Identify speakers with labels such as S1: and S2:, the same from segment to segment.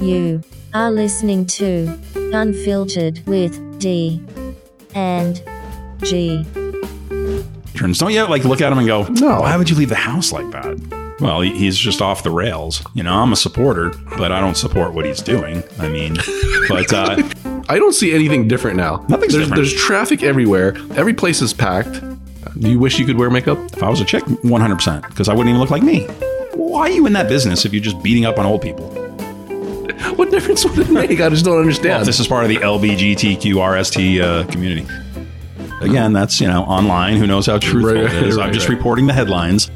S1: You are listening to Unfiltered with D and G.
S2: Don't you like look at him and go,
S3: No.
S2: Why would you leave the house like that? Well, he- he's just off the rails. You know, I'm a supporter, but I don't support what he's doing. I mean, but uh,
S3: I don't see anything different now.
S2: Nothing's
S3: there's,
S2: different.
S3: There's traffic everywhere. Every place is packed. Do you wish you could wear makeup?
S2: if I was a chick, 100%, because I wouldn't even look like me. Why are you in that business if you're just beating up on old people?
S3: What difference would it make? I just don't understand.
S2: Well, this is part of the LBGTQRST uh, community. Again, that's you know online. Who knows how truthful
S3: Right,
S2: it is?
S3: right,
S2: I'm just
S3: right.
S2: reporting the headlines.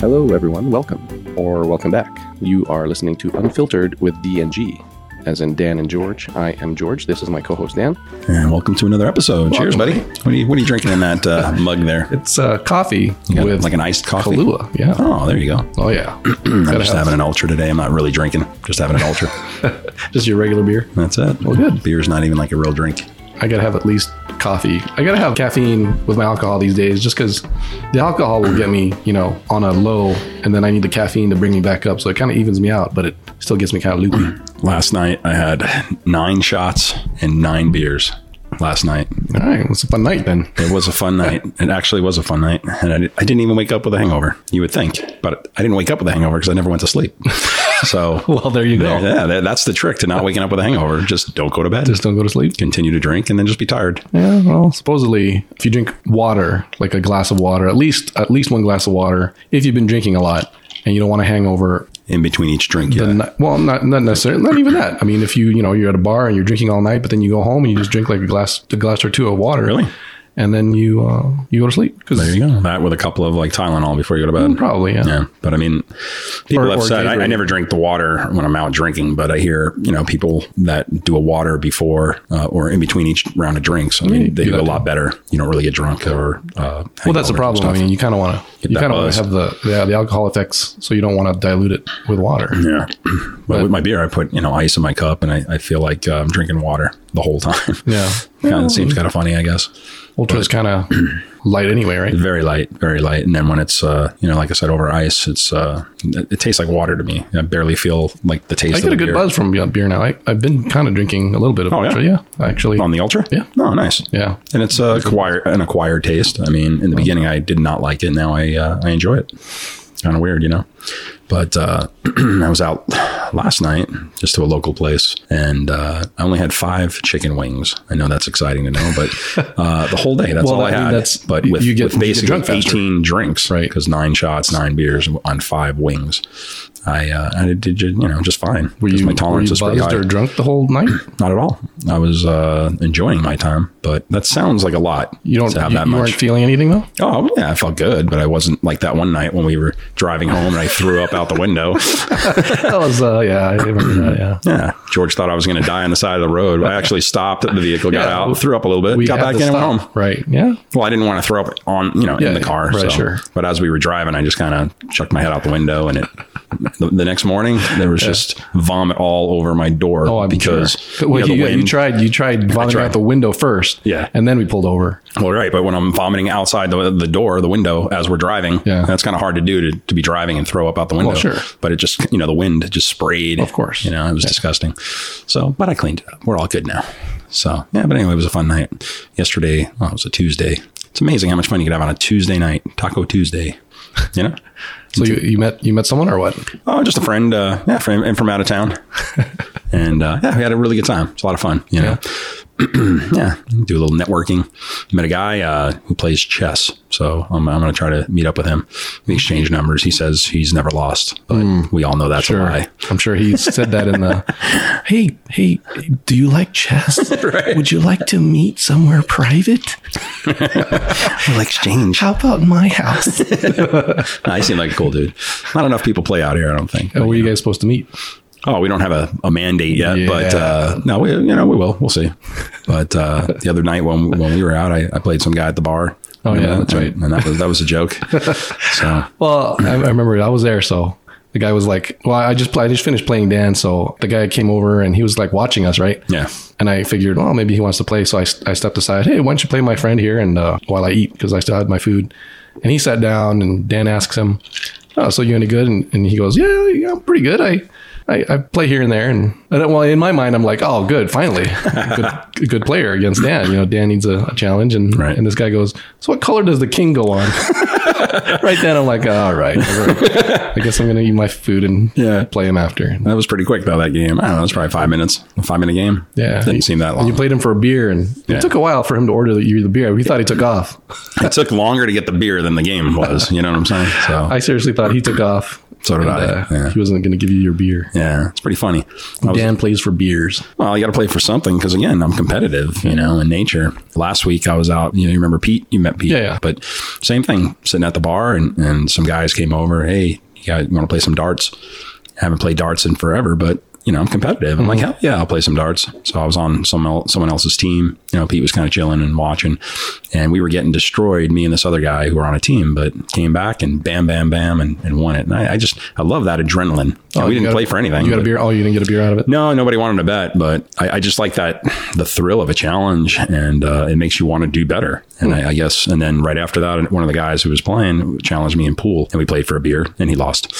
S3: Hello, everyone. Welcome or welcome back. You are listening to Unfiltered with D and G, as in Dan and George. I am George. This is my co-host Dan.
S2: And welcome to another episode. Cheers, buddy. What are you What are you drinking in that uh, mug there?
S3: It's uh, coffee
S2: You got
S3: with
S2: like an iced coffee.
S3: Kahlua. Yeah.
S2: Oh, there you go.
S3: Oh yeah.
S2: I'm
S3: Gotta
S2: just
S3: have-
S2: having an ultra today. I'm not really drinking. Just having an ultra.
S3: just your regular beer.
S2: That's it. Well,
S3: good.
S2: Beer's not even like a real drink.
S3: I gotta have at least coffee. I gotta have caffeine with my alcohol these days, just because the alcohol will get me, you know, on a low, and then I need the caffeine to bring me back up. So it kind of evens me out, but it still gets me kind of loopy.
S2: Last night I had nine shots and nine beers. Last night
S3: All right, well, it's a fun night then.
S2: it was a fun night. It actually was a fun night, and I, di- I didn't even wake up with a hangover. You would think, but I didn't wake up with a hangover because I never went to sleep. So
S3: Well, there you go.
S2: yeah, that, that's the trick to not waking up with a hangover. Just don't go to bed.
S3: Just don't go to sleep.
S2: continue to drink and then just be tired.
S3: Yeah, well, supposedly, if you drink water, like a glass of water, at least at least one glass of water, if you've been drinking a lot and you don't want to hang over,
S2: In between each drink, yeah.
S3: n- well, not not necessarily, not even that. I mean, if you you know you're at a bar and you're drinking all night, but then you go home and you just drink like a glass a glass or two of water,
S2: Really?
S3: and then you uh, you go to sleep
S2: There
S3: because
S2: you go. Mm, That with a couple of like Tylenol before you go to bed.
S3: probably yeah.
S2: Yeah, but I mean, people
S3: Or-
S2: have
S3: or
S2: said I, I
S3: Gatorade.
S2: never drink the water when I'm out drinking, but I hear you know people that do a water before uh, or in between each round of drinks. I mean, they do a lot better. You don't really get drunk or uh,
S3: Well, that's the problem. I mean, you kind of want to you
S2: that
S3: kind of want
S2: buzz.
S3: to have the yeah, the alcohol effects, so you don't want to dilute it with water.
S2: yeah, but, with my beer, I put you know ice in my cup, and I, I feel like uh, I'm drinking water the whole time.
S3: Yeah,
S2: kind of seems kind of funny, I guess.
S3: ultra is kind of light anyway, right?
S2: Very light, very light, and then when it's uh, you know, like I said, over ice, it's uh, it, it tastes like water to me. I barely feel like the taste.
S3: I
S2: of
S3: get
S2: the
S3: a good
S2: beer.
S3: buzz from beer now. I, I've been kind of drinking a little bit of
S2: Oh, yeah?
S3: ultra, yeah, actually.
S2: on the ultra.
S3: Yeah.
S2: oh, nice.
S3: yeah.
S2: and it's uh, acquire, an acquired taste. I mean, in the beginning, I did not like it. Now I uh, I enjoy it. Kind of weird, you know. But uh, I was out last night just to a local place, and uh, I only had five chicken wings. I know that's exciting to know, but uh, the whole day that's
S3: Well,
S2: all
S3: I
S2: I,
S3: mean,
S2: had.
S3: that's-
S2: but
S3: you-
S2: with,
S3: you get-
S2: with
S3: you get
S2: basically
S3: drunk faster.
S2: eighteen drinks,
S3: Right.
S2: Because nine shots, nine beers on five wings. I uh, I did you know just fine.
S3: Were
S2: 'cause
S3: you,
S2: my tolerance
S3: were
S2: is
S3: you
S2: pretty
S3: buzzed
S2: high
S3: or drunk the whole night?
S2: not at all. I was uh, enjoying my time, but that sounds like a lot.
S3: You don't.
S2: to have
S3: you,
S2: that
S3: you
S2: much.
S3: aren't feeling anything though.
S2: oh yeah, I felt good, but I wasn't like that one night when we were driving home and I threw up out the window.
S3: That was uh, yeah. I remember that. Yeah.
S2: Yeah, George thought I was going to die on the side of the road. I actually stopped. The vehicle got
S3: Yeah,
S2: out, threw up a little bit, got
S3: had
S2: back
S3: to
S2: in and
S3: stop.
S2: went home.
S3: Right. Yeah.
S2: Well, I didn't want to throw up on you know
S3: Yeah,
S2: in the car,
S3: right,
S2: so-
S3: sure.
S2: But as we were driving, I just kind of chucked my head out the window, and it. The, the next morning, there was just vomit all over my door
S3: Oh, I'm
S2: because
S3: sure.
S2: you
S3: well,
S2: know, the
S3: you, you
S2: wind-
S3: tried. You tried vomiting
S2: tried.
S3: out the window first.
S2: Yeah.
S3: And then we pulled over.
S2: Well, right, but when I'm vomiting outside the, the door, the window, as we're driving,
S3: Yeah.
S2: that's kind of hard to do to, to be driving and throw up out the window.
S3: sure.
S2: But it just, you know, the wind just sprayed. Of
S3: course.
S2: You know, it was disgusting. So, but I cleaned it up. We're all good now. So, yeah, but anyway, it was a fun night. Yesterday, well, it was a Tuesday. It's amazing how much fun you could have on a Tuesday night, Taco Tuesday. You know?
S3: So you, you met you met someone or what?
S2: Oh, just a friend, uh, yeah, from, and from out of town. and uh, yeah, we had a really good time. It's a lot of fun, you know. Yeah, do a little networking. Met a guy uh, who plays chess, so I'm, I'm going to try to meet up with him. We exchange numbers. He says he's never lost, but we all know that's a lie.
S3: I'm sure he said that in the. Hey, hey, do you like chess? Would you like to meet somewhere private?
S2: We'll exchange.
S3: How about my house?
S2: I seem like a cool dude. Not enough people play out here, I don't think.
S3: Where are you guys supposed to meet?
S2: Oh, we don't have a, a mandate yet,
S3: Yeah.
S2: but uh, no, we, you know, we will. We'll see. But uh, the other night when when we were out, I, I played some guy at the bar.
S3: Oh,
S2: You
S3: yeah,
S2: know,
S3: that's
S2: and-
S3: right.
S2: and that was that was a joke. so
S3: Well, I, I remember I was there, so the guy was like, "Well, I just pl- I just finished playing Dan, so the guy came over and he was like watching us, right?"
S2: yeah,
S3: And I figured, well, maybe he wants to play, so I, s- I stepped aside. Hey, why don't you play my friend here? And uh, while I eat, because I still had my food, and he sat down, and Dan asks him, "Oh, so you any good?" And, and he goes, "Yeah, yeah, I'm pretty good. I I, I play here and there, and I don't, well, in my mind, I'm like, oh, good, finally, good, good player against Dan. You know, Dan needs a, a challenge, and
S2: Right.
S3: and this guy goes, so what color does the king go on? right then, I'm like, all right, all right. I guess I'm gonna eat my food and
S2: Yeah.
S3: play him after.
S2: That was pretty quick though. That game. I don't know. It's probably five minutes. A five minute game.
S3: Yeah,
S2: didn't seem that
S3: And you
S2: long.
S3: played him for a beer, and
S2: Yeah.
S3: it took a while for him to order the, you the beer. We thought he took off.
S2: it took longer to get the beer than the game was. You know what I'm saying? So
S3: I seriously thought he took off. uh,
S2: So did I, yeah.
S3: He wasn't going to give you your beer.
S2: yeah, it's pretty funny. I was,
S3: Dan plays for beers.
S2: well, you got to play for something because again, I'm competitive. You know, in nature. Last week I was out. You know, you remember Pete? You met Pete?
S3: Yeah, yeah.
S2: But same thing. Sitting at the bar and and some guys came over. Hey, you guys want to play some darts? I haven't played darts in forever, but. You know, I'm competitive. I'm
S3: Mm-hmm.
S2: like, hell yeah, I'll play some darts. So I was on some el- someone else's team. You know, Pete was kind of chilling and watching, and we were getting destroyed. Me and this other guy who were on a team, but came back and bam, bam, bam, and, and won it. And I, I just, I love that adrenaline. Oh, You know, we
S3: Oh, you
S2: didn't
S3: got a-
S2: play for anything.
S3: You got a
S2: but-
S3: beer? Oh, you didn't get a beer out of it?
S2: no, nobody wanted to bet, but I, I just like that the thrill of a challenge, and uh, it makes you want to do better. And I, I guess, and then right after that, one of the guys who was playing challenged me in pool, and we played for a beer, and he lost.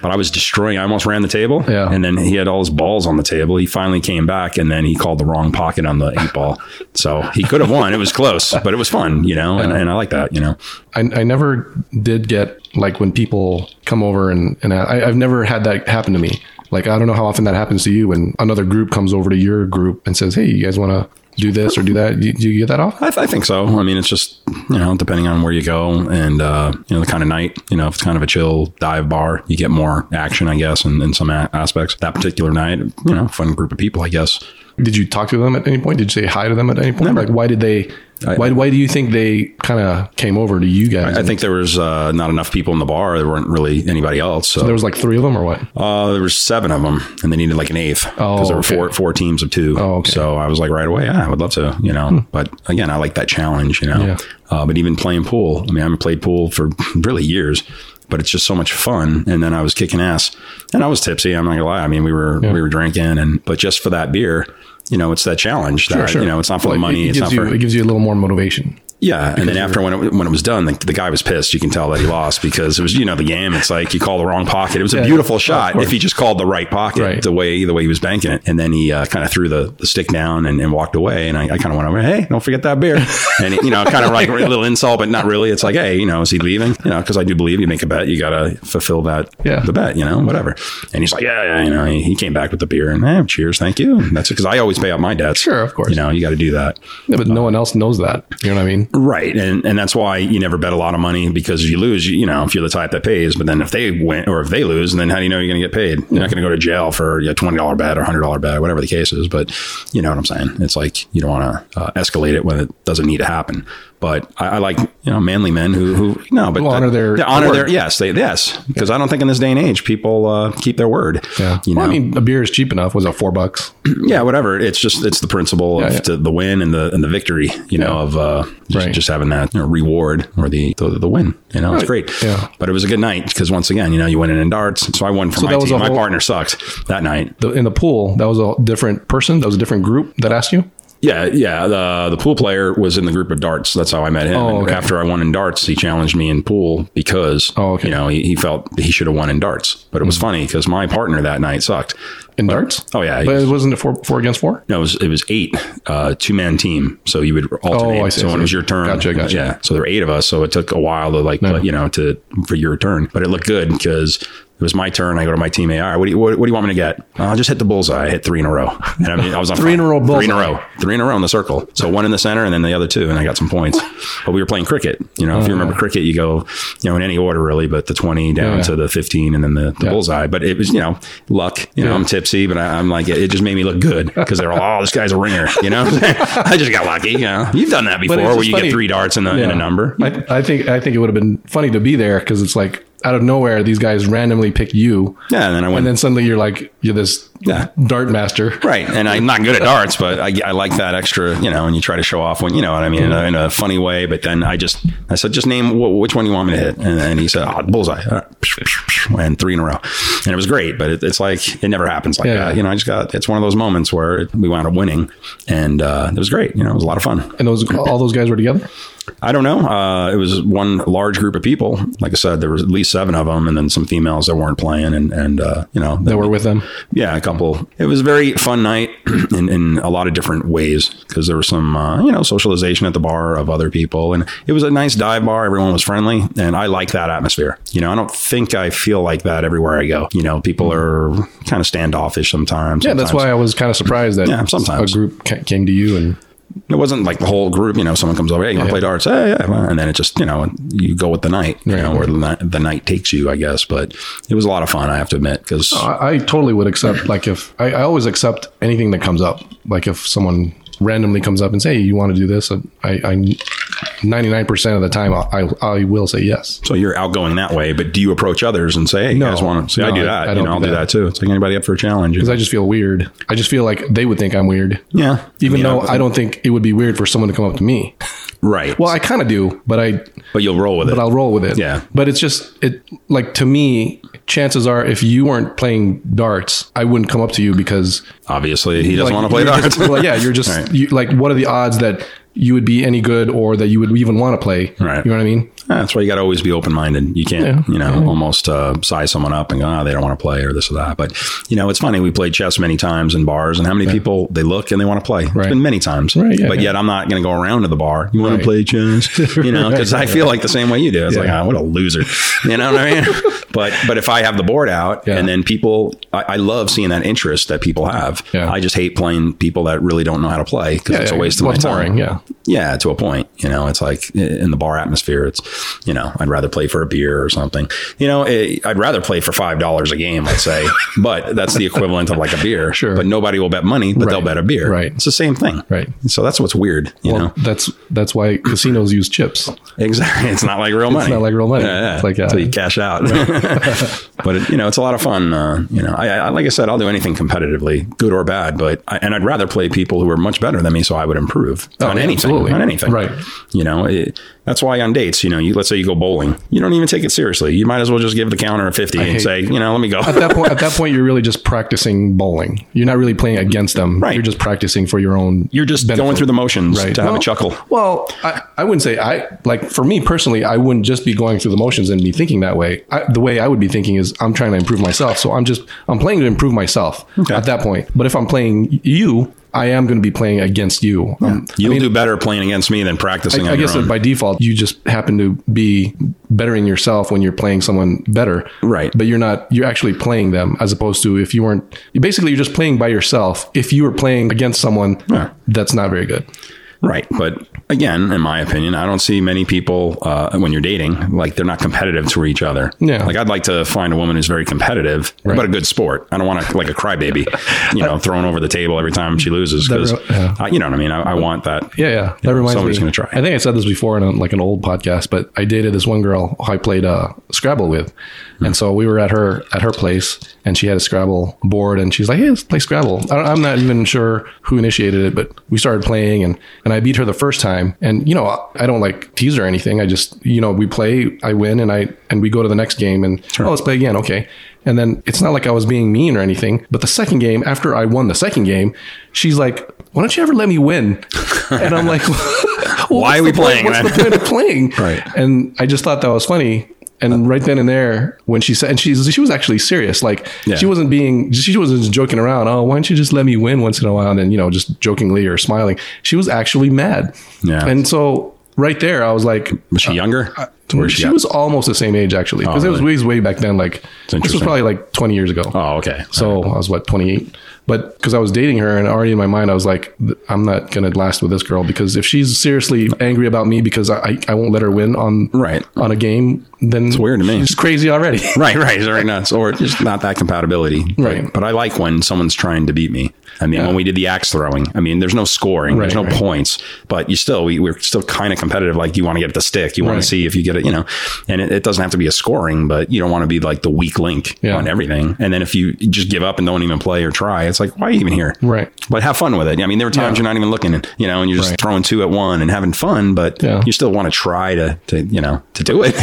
S2: But I was destroying. I almost ran the table,
S3: Yeah.
S2: and then he had all his balls on the table. He finally came back, and then he called the wrong pocket on the eight ball, so he could have won. It was close, but it was fun, you know, and, and I like that, you know.
S3: I, I never did get like when people come over and, and I, I've never had that happen to me. Like, I don't know how often that happens to you when another group comes over to your group and says, Hey, you guys want to do this or do that? Do, do you get that off?
S2: I, th- I think so. I mean, it's just you know, depending on where you go and uh, you know the kind of night. You know, if it's kind of a chill dive bar, you get more action, I guess, in, in some a- aspects. That particular night, you know, fun group of people, I guess.
S3: Did you talk to them at any point? Did you say hi to them at any point? Like, why did they,
S2: I-
S3: why, why do you think they kind of came over to you guys?
S2: I think there was uh, not enough people in the bar. There weren't really anybody else. So,
S3: there was like three of them or what?
S2: uh, there was seven of them, and they needed like an eighth
S3: Oh,
S2: because there were four
S3: okay.
S2: four teams of two.
S3: Oh, okay. Hmm.
S2: So I was like right away, yeah, I would love to, you know. But again, I like that challenge, you know.
S3: Yeah.
S2: Uh, but even playing pool, I mean, I haven't played pool for really years, but it's just so much fun. And then I was kicking ass, and I was tipsy. I'm not gonna lie. I mean, we were we were drinking, and but just for that beer, you know, it's that challenge. that, You know, it's not for
S3: Like,
S2: the money.
S3: It,
S2: it's
S3: gives
S2: not
S3: you,
S2: for
S3: it gives you a little more motivation.
S2: yeah, and then after when it, when it was done, the, the guy was pissed. You can tell that he lost because it was you know the game. It's like you call the wrong pocket. It was a beautiful shot if he just called the right pocket,
S3: Right.
S2: the way the way he was banking it, and then he uh, kind of threw the, the stick down and, and walked away. And I, I kind of went over, hey, don't forget that beer, and you know, kind of like a little insult, but not really. It's like, hey, you know, is he leaving? You know, because I do believe you make a bet, you gotta fulfill that
S3: Yeah.
S2: the bet, you know, whatever. And he's like, yeah, yeah, you know, he, he came back with the beer and eh, cheers, thank you. And that's because I always pay out my debts.
S3: Sure, of course.
S2: You know, you got to do that.
S3: Yeah, but no one else knows that. You know what I mean?
S2: Right, and and that's why you never bet a lot of money because if you lose, you, you know, if you're the type that pays, but then if they win or if they lose, then how do you know you're going to get paid? You're not going to go to jail for a twenty dollar bet or hundred dollar bet, whatever the case is. But you know what I'm saying? It's like you don't want to uh, escalate it when it doesn't need to happen. But I, I like you know manly men who who no, but
S3: Who honor their
S2: they honor their
S3: word.
S2: yes, they yes because I don't think in this day and age people uh, keep their word.
S3: Yeah.
S2: you know,
S3: Well, I mean, a beer is cheap enough. Was it four bucks?
S2: yeah, whatever. It's just it's the principle of
S3: yeah.
S2: The, the win and the and the victory, you know, of uh, just,
S3: Right.
S2: just having that you know, reward or the, the the win. You know, it's great.
S3: Yeah.
S2: But it was a good night because once again, you know, you went in in darts, so I won for my
S3: that was
S2: team.
S3: a
S2: My
S3: whole-
S2: partner sucked that night.
S3: The, in the pool, that was a different person. That was a different group that asked you.
S2: Yeah, yeah. The the pool player was in the group of darts. That's how I met him.
S3: Oh,
S2: And
S3: okay.
S2: After I won in darts, he challenged me in pool because
S3: Oh, okay. Mm.
S2: you know he, he felt he should have won in darts. But it was funny because my partner that night sucked.
S3: In darts?
S2: Oh yeah, he
S3: But
S2: was-
S3: it wasn't a four, four against four?
S2: No, it was, it was eight, uh, two man team. So you would alternate.
S3: Oh, I see,
S2: so
S3: I
S2: when
S3: see.
S2: it was your turn,
S3: Gotcha, gotcha.
S2: yeah. So there were eight of us. So it took a while to like, you know, to for your turn, but it looked good because it was my turn. I go to my teammate. All right, what do you what, what do you want me to get? I'll just hit the bullseye. I hit three in a row. And I mean, I was on
S3: Three in a row
S2: Three in a
S3: bullseye.
S2: row. Three in a row in the circle. So one in the center and then the other two, and I got some points. But we were playing cricket. You know, if you remember cricket, you go, you know, in any order really, but the twenty down
S3: Yeah.
S2: to the fifteen and then the, the bullseye. But it was you know luck. You know, I'm tipsy, but I, I'm like it, it just made me look good because they're all, oh, this guy's a ringer. You know, I just got lucky. You know, you've done that before
S3: it's
S2: where
S3: just
S2: you
S3: funny.
S2: get three darts in, the, in a number.
S3: I, I think I think it would have been funny to be there because it's like out of nowhere, these guys randomly pick you.
S2: yeah, and then I went.
S3: And then suddenly you're like, you're this
S2: Yeah.
S3: dart master.
S2: Right. And I'm not good at darts, but I, I like that extra, you know, and you try to show off when, you know what I mean, in a, in a funny way. But then I just, I said, just name wh- which one you want me to hit. And, and he said, oh, bullseye. All right. And three in a row. And it was great, but it, it's like, it never happens like
S3: Yeah.
S2: that. You know, I just got, it's one of those moments where it, we wound up winning and uh, it was great. You know, it was a lot of fun.
S3: And those all those guys were together.
S2: I don't know. Uh, it was one large group of people. Like I said, there was at least seven of them and then some females that weren't playing and, and uh, you know,
S3: That were with them.
S2: yeah, a couple. It was a very fun night in, in a lot of different ways because there was some, uh, you know, socialization at the bar of other people. And it was a nice dive bar. Everyone was friendly. And I like that atmosphere. You know, I don't think I feel like that everywhere I go. You know, people are kind of standoffish sometimes.
S3: Mm-hmm. Yeah, that's why I was kind of surprised that
S2: Yeah, sometimes.
S3: a group ca- came to you and
S2: it wasn't like the whole group. You know, someone comes over, hey, you want to play darts? Hey, yeah. well, And then it just, you know, you go with the night, you
S3: Right.
S2: know, or the, night- the night takes you, I guess. But it was a lot of fun, I have to admit, because.
S3: I, I totally would accept like if I, I always accept anything that comes up. Like if someone randomly comes up and say, "Hey, you want to do this?" I, I ninety nine percent of the time I, I I will say yes.
S2: So you're outgoing that way, but do you approach others and say, "Hey, you
S3: No.
S2: guys want to?" See, I
S3: No,
S2: do
S3: I-
S2: that.
S3: I
S2: you
S3: don't
S2: know, I'll
S3: do
S2: do
S3: that.
S2: that too. It's like anybody up for a challenge.
S3: Because I just feel weird. I just feel like they would think I'm weird.
S2: yeah,
S3: Even
S2: You know,
S3: though I don't think it would be weird for someone to come up to me.
S2: right.
S3: Well, I kind of do, but I
S2: but you'll roll with it.
S3: but I'll roll with it.
S2: Yeah.
S3: But it's just it like to me, chances are if you weren't playing darts, I wouldn't come up to you because
S2: Obviously, he doesn't
S3: like,
S2: want to play
S3: you're
S2: darts.
S3: just- well, yeah, you're just
S2: Right.
S3: you, like, what are the odds that you would be any good or that you would even want to play?
S2: Right.
S3: You know what I mean?
S2: That's why you got to always be open minded. You can't,
S3: Yeah.
S2: you know, almost uh, size someone up and go, oh, they don't want to play or this or that. But, you know, it's funny. We played chess many times in bars, and how many people they look and they want to play. It's
S3: Right.
S2: been many times.
S3: Right, yeah,
S2: but
S3: yeah.
S2: yet I'm not going to go around to the bar. You want to play chess? You know, because I feel like the same way you do. It's like, ah, what a loser. You know what I mean? but, but if I have the board out
S3: Yeah.
S2: and then people, I, I love seeing that interest that people have.
S3: Yeah.
S2: I just hate playing people that really don't know how to play because it's a
S3: yeah.
S2: waste of
S3: Well,
S2: my
S3: it's
S2: time
S3: boring, yeah.
S2: yeah, to a point. You know, it's like in the bar atmosphere, it's, you know, I'd rather play for a beer or something. You know, it, I'd rather play for $5 a game, let's say, but that's the equivalent of like a beer.
S3: Sure.
S2: But nobody will bet money, but they'll
S3: Right.
S2: bet a beer.
S3: Right.
S2: It's the same thing.
S3: Right.
S2: So that's what's weird, you
S3: Well,
S2: know?
S3: that's that's why casinos use chips.
S2: Exactly. It's not like real money.
S3: not like real money.
S2: Yeah, yeah.
S3: It's like, uh,
S2: Until you cash out. but it, you know, it's a lot of fun. Uh, you know, I, I like I said, I'll do anything competitively, good or bad. But I, and I'd rather play people who are much better than me, so I would improve
S3: Oh,
S2: on
S3: yeah,
S2: anything.
S3: absolutely.
S2: On anything,
S3: Right.
S2: You know, it, that's why on dates, you know, you, let's say you go bowling, you don't even take it seriously. You might as well just give the counter a fifty and
S3: hate-
S2: say, you know, let me go.
S3: At that point, at that point, you're really just practicing bowling. You're not really playing against them.
S2: Right.
S3: You're just practicing for your own.
S2: You're just
S3: benefit.
S2: going through the motions
S3: Right.
S2: to have
S3: Well,
S2: a chuckle.
S3: Well, I, I wouldn't say I like for me personally, I wouldn't just be going through the motions and be thinking that way. I, the way I would be thinking is I'm trying to improve myself. So I'm just I'm playing to improve myself at that point. But if I'm playing you, I am going to be playing against you. Um,
S2: You'll do better playing against me than practicing. on
S3: I guess
S2: your own.
S3: that by default, you just happen to be bettering yourself when you're playing someone better.
S2: Right.
S3: But you're not, you're actually playing them as opposed to if you weren't, basically, you're just playing by yourself. If you were playing against someone,
S2: Yeah.
S3: that's not very good.
S2: Right. But again, in my opinion, I don't see many people uh, when you're dating, like they're not competitive to each other.
S3: Yeah.
S2: Like I'd like to find a woman who's very competitive, but a good sport. I don't want to like a crybaby, you know, thrown over the table every time she loses. Cause
S3: re- yeah.
S2: I, you know what I mean? I, I want that.
S3: Yeah, yeah. That reminds
S2: somebody's
S3: me.
S2: gonna try.
S3: I think I said this before in a, like an old podcast, but I dated this one girl who I played uh, Scrabble with, and so we were at her at her place, and she had a Scrabble board, and she's like, "Hey, let's play Scrabble." I don't, I'm not even sure who initiated it, but we started playing, and and I beat her the first time, and you know I, I don't like tease her or anything. I just you know we play, I win, and I and we go to the next game, and oh let's play again, okay. And then it's not like I was being mean or anything, but the second game, after I won the second game, she's like, "Why don't you ever let me win?" And I'm like, well,
S2: Why
S3: what's
S2: are we
S3: the point-
S2: playing
S3: What's the
S2: then?
S3: point of playing?
S2: Right. Uh,
S3: And I just thought that was funny. And right then and there, when she said, and she's, she was actually serious. Like
S2: Yeah.
S3: she wasn't being, she wasn't just joking around. Oh, why don't you just let me win once in a while? And then, you know, just jokingly or smiling. She was actually mad.
S2: Yeah.
S3: And so right there, I was like,
S2: Was she younger? Where
S3: Uh, she,
S2: at?
S3: was almost the same age actually. Because it was
S2: really?
S3: ways way back then. Like this
S2: interesting.
S3: was probably like 20 years ago.
S2: Oh, okay.
S3: So I was what 28, but because I was dating her and already in my mind I was like, th- I'm not gonna last with this girl because if she's seriously angry about me because I I, I won't let her win on
S2: Right.
S3: on a game, then it's
S2: weird to me.
S3: She's crazy already.
S2: Right, right, it's very nuts, or just not that compatibility,
S3: Right.
S2: But I like when someone's trying to beat me. I mean, when we did the axe throwing, I mean, there's no scoring, there's no
S3: Right, right.
S2: points, but you still we, we're still kind of competitive. Like you want to get the stick, you want
S3: Right.
S2: to see if you get it, you know. And it, it doesn't have to be a scoring, but you don't want to be like the weak link
S3: Yeah.
S2: on everything. And then if you just give up and don't even play or try, it's like why are you even here?
S3: Right.
S2: But have fun with it. I mean, there were times you're not even looking, and you know, and you're just
S3: Right.
S2: throwing two at one and having fun, but
S3: Yeah.
S2: you still want to try to, to you know, to do it.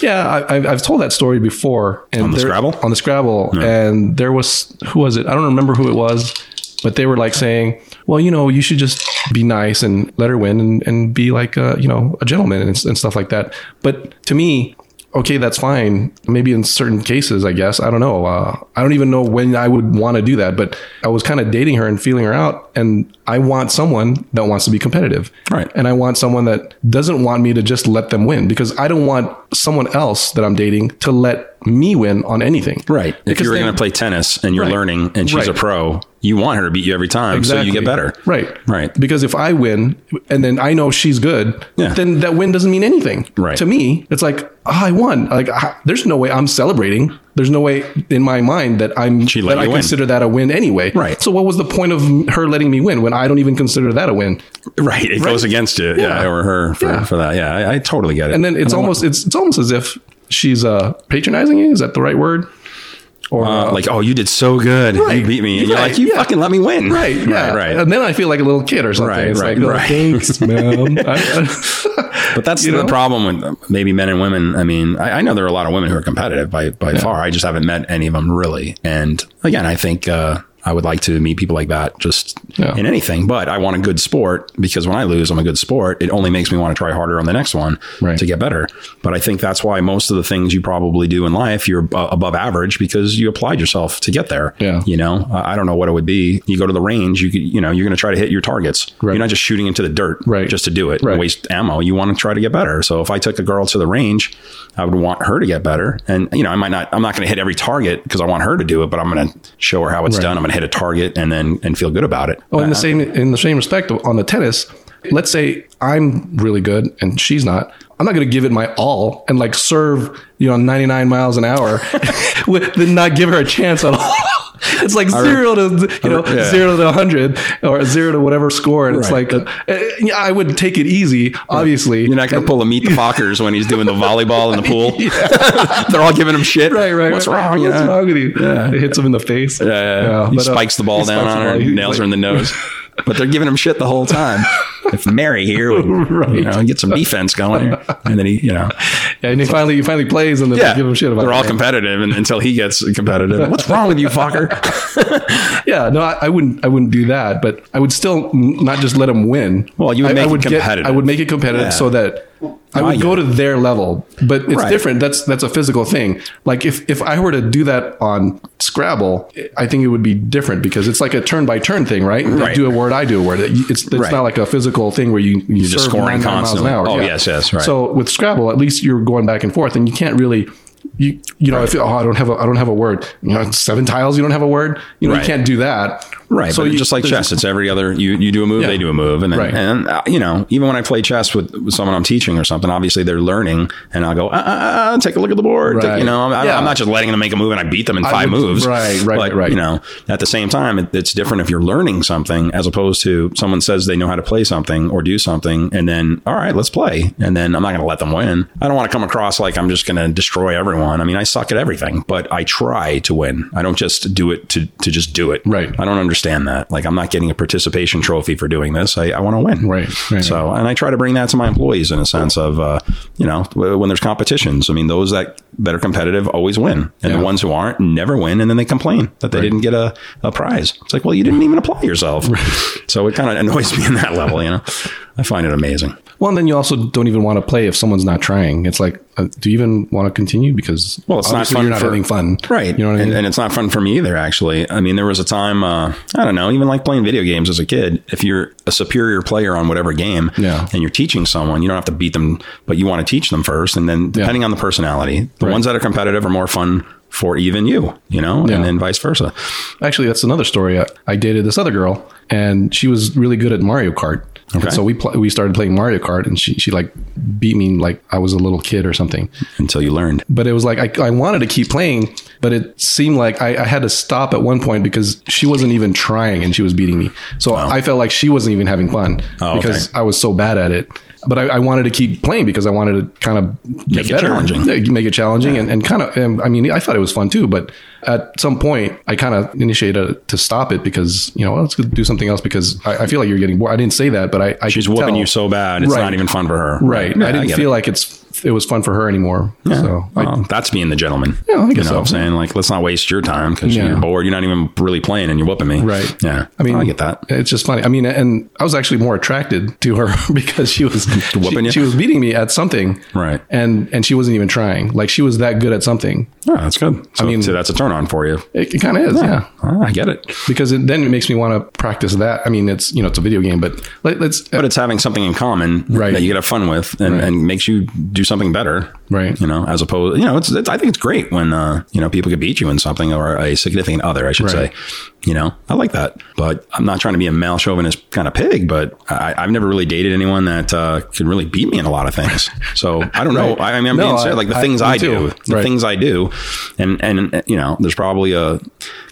S3: Yeah, I, I've, I've told that story before. And
S2: On the
S3: there-
S2: Scrabble?
S3: On the Scrabble. And there was, who was it? I don't remember who it was, but they were like saying, well, you know, you should just be nice and let her win and, and be like, a, you know, a gentleman and, s- and stuff like that. But to me, okay, that's fine. Maybe in certain cases, I guess. I don't know. Uh, I don't even know when I would want to do that, but I was kind of dating her and feeling her out. And I want someone that wants to be competitive.
S2: Right.
S3: And I want someone that doesn't want me to just let them win because I don't want someone else that I'm dating to let me win on anything.
S2: Right. If
S3: Because
S2: you were
S3: then-
S2: going to play tennis and you're
S3: Right.
S2: learning and she's
S3: Right.
S2: a pro, you want her to beat you every time so you
S3: Exactly.
S2: get better.
S3: Right.
S2: Right.
S3: Because if I win and then I know she's good,
S2: Yeah.
S3: then that win doesn't mean anything.
S2: Right.
S3: To me, it's like, oh, I won. Like, ah, there's no way I'm celebrating. There's no way in my mind that I'm,
S2: She let
S3: that I
S2: you win.
S3: consider that a win anyway.
S2: Right.
S3: So what was the point of her letting me win when I don't even consider that a win?
S2: Right. It goes against you. Yeah.
S3: Yeah.
S2: Or her for,
S3: Yeah.
S2: for that. Yeah. I, I totally get it.
S3: And then it's almost, it's, it's almost as if she's uh, patronizing you. Is that the right word? Or
S2: uh, like, oh, you did so good. You
S3: Right.
S2: beat me. And you're
S3: Right.
S2: like, you
S3: Yeah.
S2: fucking let me win.
S3: Right, yeah.
S2: Right. right.
S3: And then I feel like a little kid or something.
S2: Right,
S3: it's
S2: right,
S3: like,
S2: right.
S3: right. thanks, ma'am. I-
S2: But that's the
S3: You know?
S2: problem with uh, maybe men and women. I mean, I, I know there are a lot of women who are competitive by by far. I just haven't met any of them really. And again, I think uh, I would like to meet people like that just
S3: Yeah.
S2: in anything. But I want a good sport because when I lose, I'm a good sport. It only makes me want to try harder on the next one
S3: Right.
S2: to get better. But I think that's why most of the things you probably do in life, you're uh, above average because you applied yourself to get there.
S3: Yeah.
S2: You know, I I don't know what it would be. You go to the range, you could, you know, you're going to try to hit your targets.
S3: Right.
S2: You're not just shooting into the dirt
S3: Right.
S2: just to do it and
S3: Right.
S2: waste ammo. You want to try to get better. So if I took a girl to the range, I would want her to get better. And you know, I might not. I'm not going to hit every target because I want her to do it, but I'm going to show her how it's done. I'm going to hit a target and then and feel good about it.
S3: well, in the same in the same respect on the tennis, let's say I'm really good and she's not. I'm not going to give it my all and like serve you know 99 miles an hour, with, then not give her a chance at all. It's like zero to you know
S2: re- yeah.
S3: zero to 100 or zero to whatever score, and it's
S2: Right.
S3: like uh, uh, yeah, I would take it easy. Obviously,
S2: You're not going to pull a meet the Fockers when he's doing the volleyball in the pool. They're all giving him shit.
S3: Right, right.
S2: What's
S3: right.
S2: wrong? You
S3: What's
S2: know?
S3: wrong with you? It hits him in the face.
S2: Yeah, yeah, yeah. he
S3: but, uh,
S2: spikes the ball
S3: he
S2: down
S3: spikes
S2: on
S3: the
S2: her,
S3: ball. He-
S2: nails her in the nose. but they're giving him shit the whole time. If Mary here would you know, get some defense going, here. and then he, you know,
S3: Yeah, and he finally he finally plays, and then
S2: yeah,
S3: they give him shit about.
S2: they're
S3: it.
S2: all competitive and, until he gets competitive. What's wrong with you, fucker?
S3: Yeah, no, I, I wouldn't. I wouldn't do that, but I would still n- not just let him win.
S2: Well, you would
S3: I-
S2: make
S3: I
S2: it
S3: would get-
S2: competitive.
S3: I would make it competitive
S2: Yeah.
S3: so that I
S2: I
S3: would
S2: get
S3: go to their level, but it's
S2: Right.
S3: different. That's that's a physical thing. Like if if I were to do that on Scrabble, I think it would be different because it's like a turn by turn thing, right? They
S2: Right.
S3: Do a word, I do a word. It- It's it's
S2: Right.
S3: not like a physical thing where you you
S2: just
S3: serve
S2: scoring
S3: 99 miles an
S2: constantly.
S3: hour.
S2: Oh, yes, yes, right.
S3: So so with Scrabble, at least you're going back and forth, and you can't really, you you know, if oh I don't have a I don't have a word, you know, seven tiles, you don't have a word, you know,
S2: Right.
S3: you can't do that,
S2: Right. So
S3: you,
S2: just like
S3: there's-
S2: chess, it's every other you you do a move,
S3: Yeah.
S2: they do a move, and then
S3: Right.
S2: and uh, you know even when I play chess with, with someone I'm teaching or something, obviously they're learning, and I'll go uh, uh, uh, take a look at the board.
S3: Right.
S2: You know, I'm, I'm-
S3: Yeah.
S2: I'm not just letting them make a move and I beat them in five
S3: would-
S2: moves.
S3: right, right,
S2: But,
S3: right.
S2: You know, at the same time, it, it's different if you're learning something as opposed to someone says they know how to play something or do something, and then all right, let's play, and then I'm not going to let them win. I don't want to come across like I'm just going to destroy everyone. I mean, I suck at everything, but I try to win. I don't just do it to to just do it.
S3: Right.
S2: I don't understand that. Like, I'm not getting a participation trophy for doing this. I, I want to win.
S3: Right, right.
S2: So, and I try to bring that to my employees in a sense of, uh, you know, w- when there's competitions, I mean, those that, that are competitive always win. And the
S3: Yeah.
S2: ones who aren't never win. And then they complain that they didn't get a, a prize. It's like, well, you didn't even apply yourself. so it kind of annoys me in that level, you know? I find it amazing.
S3: well, and then you also don't even want to play if someone's not trying. It's like, uh, do you even want to continue? Because
S2: Well, it's not
S3: obviously
S2: fun
S3: You're not
S2: for-
S3: having fun,
S2: Right.
S3: You know what I
S2: and,
S3: mean?
S2: and it's not fun for me either, actually. I mean, there was a time, uh, I don't know, even like playing video games as a kid, if you're a superior player on whatever game
S3: Yeah.
S2: and you're teaching someone, you don't have to beat them, but you want to teach them first. And then depending on the personality, the ones that are competitive are more fun for even you, you know,
S3: Yeah.
S2: and then vice versa.
S3: Actually, that's another story. I, I dated this other girl, and she was really good at Mario Kart. And
S2: Okay.
S3: so we pl- we started playing Mario Kart, and she she like beat me like I was a little kid or something.
S2: until you learned.
S3: But it was like I, I wanted to keep playing, but it seemed like I, I had to stop at one point because she wasn't even trying and she was beating me. So I felt like she wasn't even having fun
S2: Oh, okay.
S3: because I was so bad at it. But I, I wanted to keep playing because I wanted to kind of get
S2: Make it
S3: better,
S2: challenging.
S3: Yeah, make it challenging, and, and kind of. And, I mean, I thought it was fun too, but at some point, I kind of initiated to stop it because you know well, let's go do something else because I, I feel like you're getting bored. I didn't say that, but I, I
S2: She's
S3: could
S2: whooping
S3: tell.
S2: you so bad, it's
S3: Right.
S2: not even fun for her.
S3: right.
S2: Yeah,
S3: I didn't
S2: get
S3: feel
S2: it. Oh,
S3: like it's it was fun for her anymore. So I,
S2: Well, that's being the gentleman.
S3: Yeah, I
S2: you
S3: guess
S2: know
S3: so.
S2: what I'm saying? Like, let's not waste your time because
S3: Yeah.
S2: you're bored. You're not even really playing and you're whooping me.
S3: Right.
S2: Yeah.
S3: I mean,
S2: I get that.
S3: It's just funny. I mean, and I was actually more attracted to her because she was
S2: Whooping
S3: she,
S2: you?
S3: she was beating me at something,
S2: Right.
S3: And and she wasn't even trying. Like she was that good at something.
S2: Yeah, that's good. So,
S3: mean-
S2: so that's a turn on for you.
S3: It, kind of is, yeah.
S2: Ah, I get it.
S3: Because it, then it makes me want to practice that. I mean, it's you know, it's a video game, but let, let's uh,
S2: But it's having something in common
S3: Right.
S2: that you get have fun with and, and makes you do something better.
S3: Right.
S2: You know, as opposed, you know, it's, it's I think it's great when, uh, you know, people can beat you in something or a significant other, I should
S3: Right.
S2: say. You know, I like that. But I'm not trying to be a male chauvinist kind of pig, but I, I've never really dated anyone that uh, can really beat me in a lot of things. So I don't know. I, I mean, I'm
S3: No,
S2: being
S3: I-
S2: serious. Like the
S3: I-
S2: things
S3: me
S2: I
S3: too.
S2: do, the
S3: Right.
S2: things I do. And, and, uh, you know, there's probably a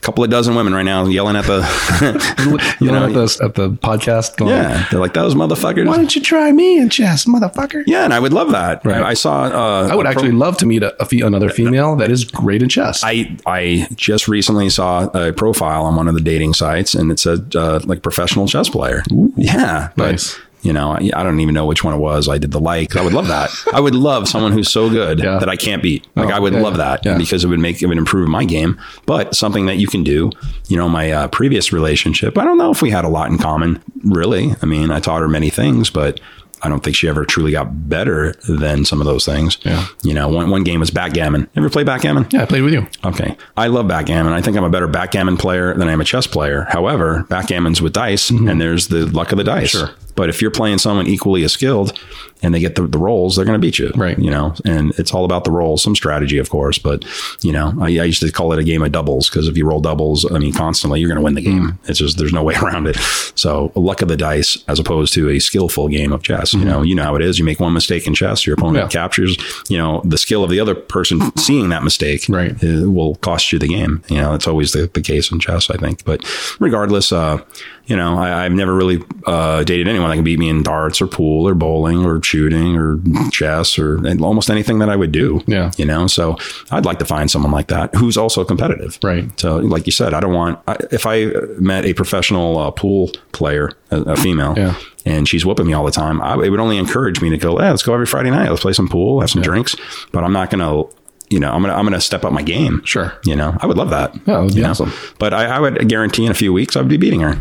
S2: couple of dozen women right now yelling at the,
S3: you
S2: you
S3: know
S2: know,
S3: at the, at the podcast. going,
S2: yeah, they're like those motherfuckers.
S3: Why don't you try me in chess, motherfucker?
S2: Yeah, and I would love that. I, I saw. Uh,
S3: I would actually love to meet a, a fe- another female that is great in chess.
S2: I I just recently saw a profile on one of the dating sites, and it said uh, like professional chess player. yeah, but,
S3: Nice.
S2: You know, I, I don't even know which one it was. I did the like. I would love that. I would love someone who's so good
S3: Yeah. Oh,
S2: that I can't beat. Like I would
S3: yeah,
S2: love
S3: yeah,
S2: that
S3: yeah.
S2: because it would make it would improve my game. But something that you can do. You know, my uh, previous relationship. I don't know if we had a lot in common. Really, I mean, I taught her many things, but. I don't think she ever truly got better than some of those things.
S3: Yeah.
S2: You know, one, one game was backgammon. Ever play backgammon?
S3: yeah, I played with you.
S2: Okay. I love backgammon. I think I'm a better backgammon player than I am a chess player. However, backgammon's with dice,
S3: Mm-hmm.
S2: and there's the luck of the dice. Sure. But if you're playing someone equally as skilled and they get the, the rolls, they're going to beat you.
S3: Right.
S2: You know, and it's all about the rolls, some strategy, of course. But, you know, I, I used to call it a game of doubles because if you roll doubles, I mean, constantly, you're going to win the
S3: Mm-hmm.
S2: game. It's just, there's no way around it. So, luck of the dice as opposed to a skillful game of chess. You know, you know how it is. You make one mistake in chess, your opponent
S3: Mm-hmm. Yeah.
S2: captures, you know, the skill of the other person seeing that mistake
S3: Right.
S2: it will cost you the game. You know, that's always the, the case in chess, I think. But regardless, uh, you know, I, I've never really uh, dated anyone that can beat me in darts or pool or bowling or shooting or chess or and almost anything that I would do.
S3: Yeah.
S2: You know, so I'd like to find someone like that who's also competitive.
S3: Right.
S2: So, like you said, I don't want, I, if I met a professional uh, pool player, a, a female,
S3: Yeah.
S2: and she's whooping me all the time, I, it would only encourage me to go, hey, let's go every Friday night. Let's play some pool, have some drinks. But I'm not going to, you know, I'm going to, I'm going to step up my game.
S3: Sure.
S2: You know, I would love that.
S3: Yeah, that would be
S2: You know?
S3: awesome.
S2: But I, I would guarantee in a few weeks I'd be beating her.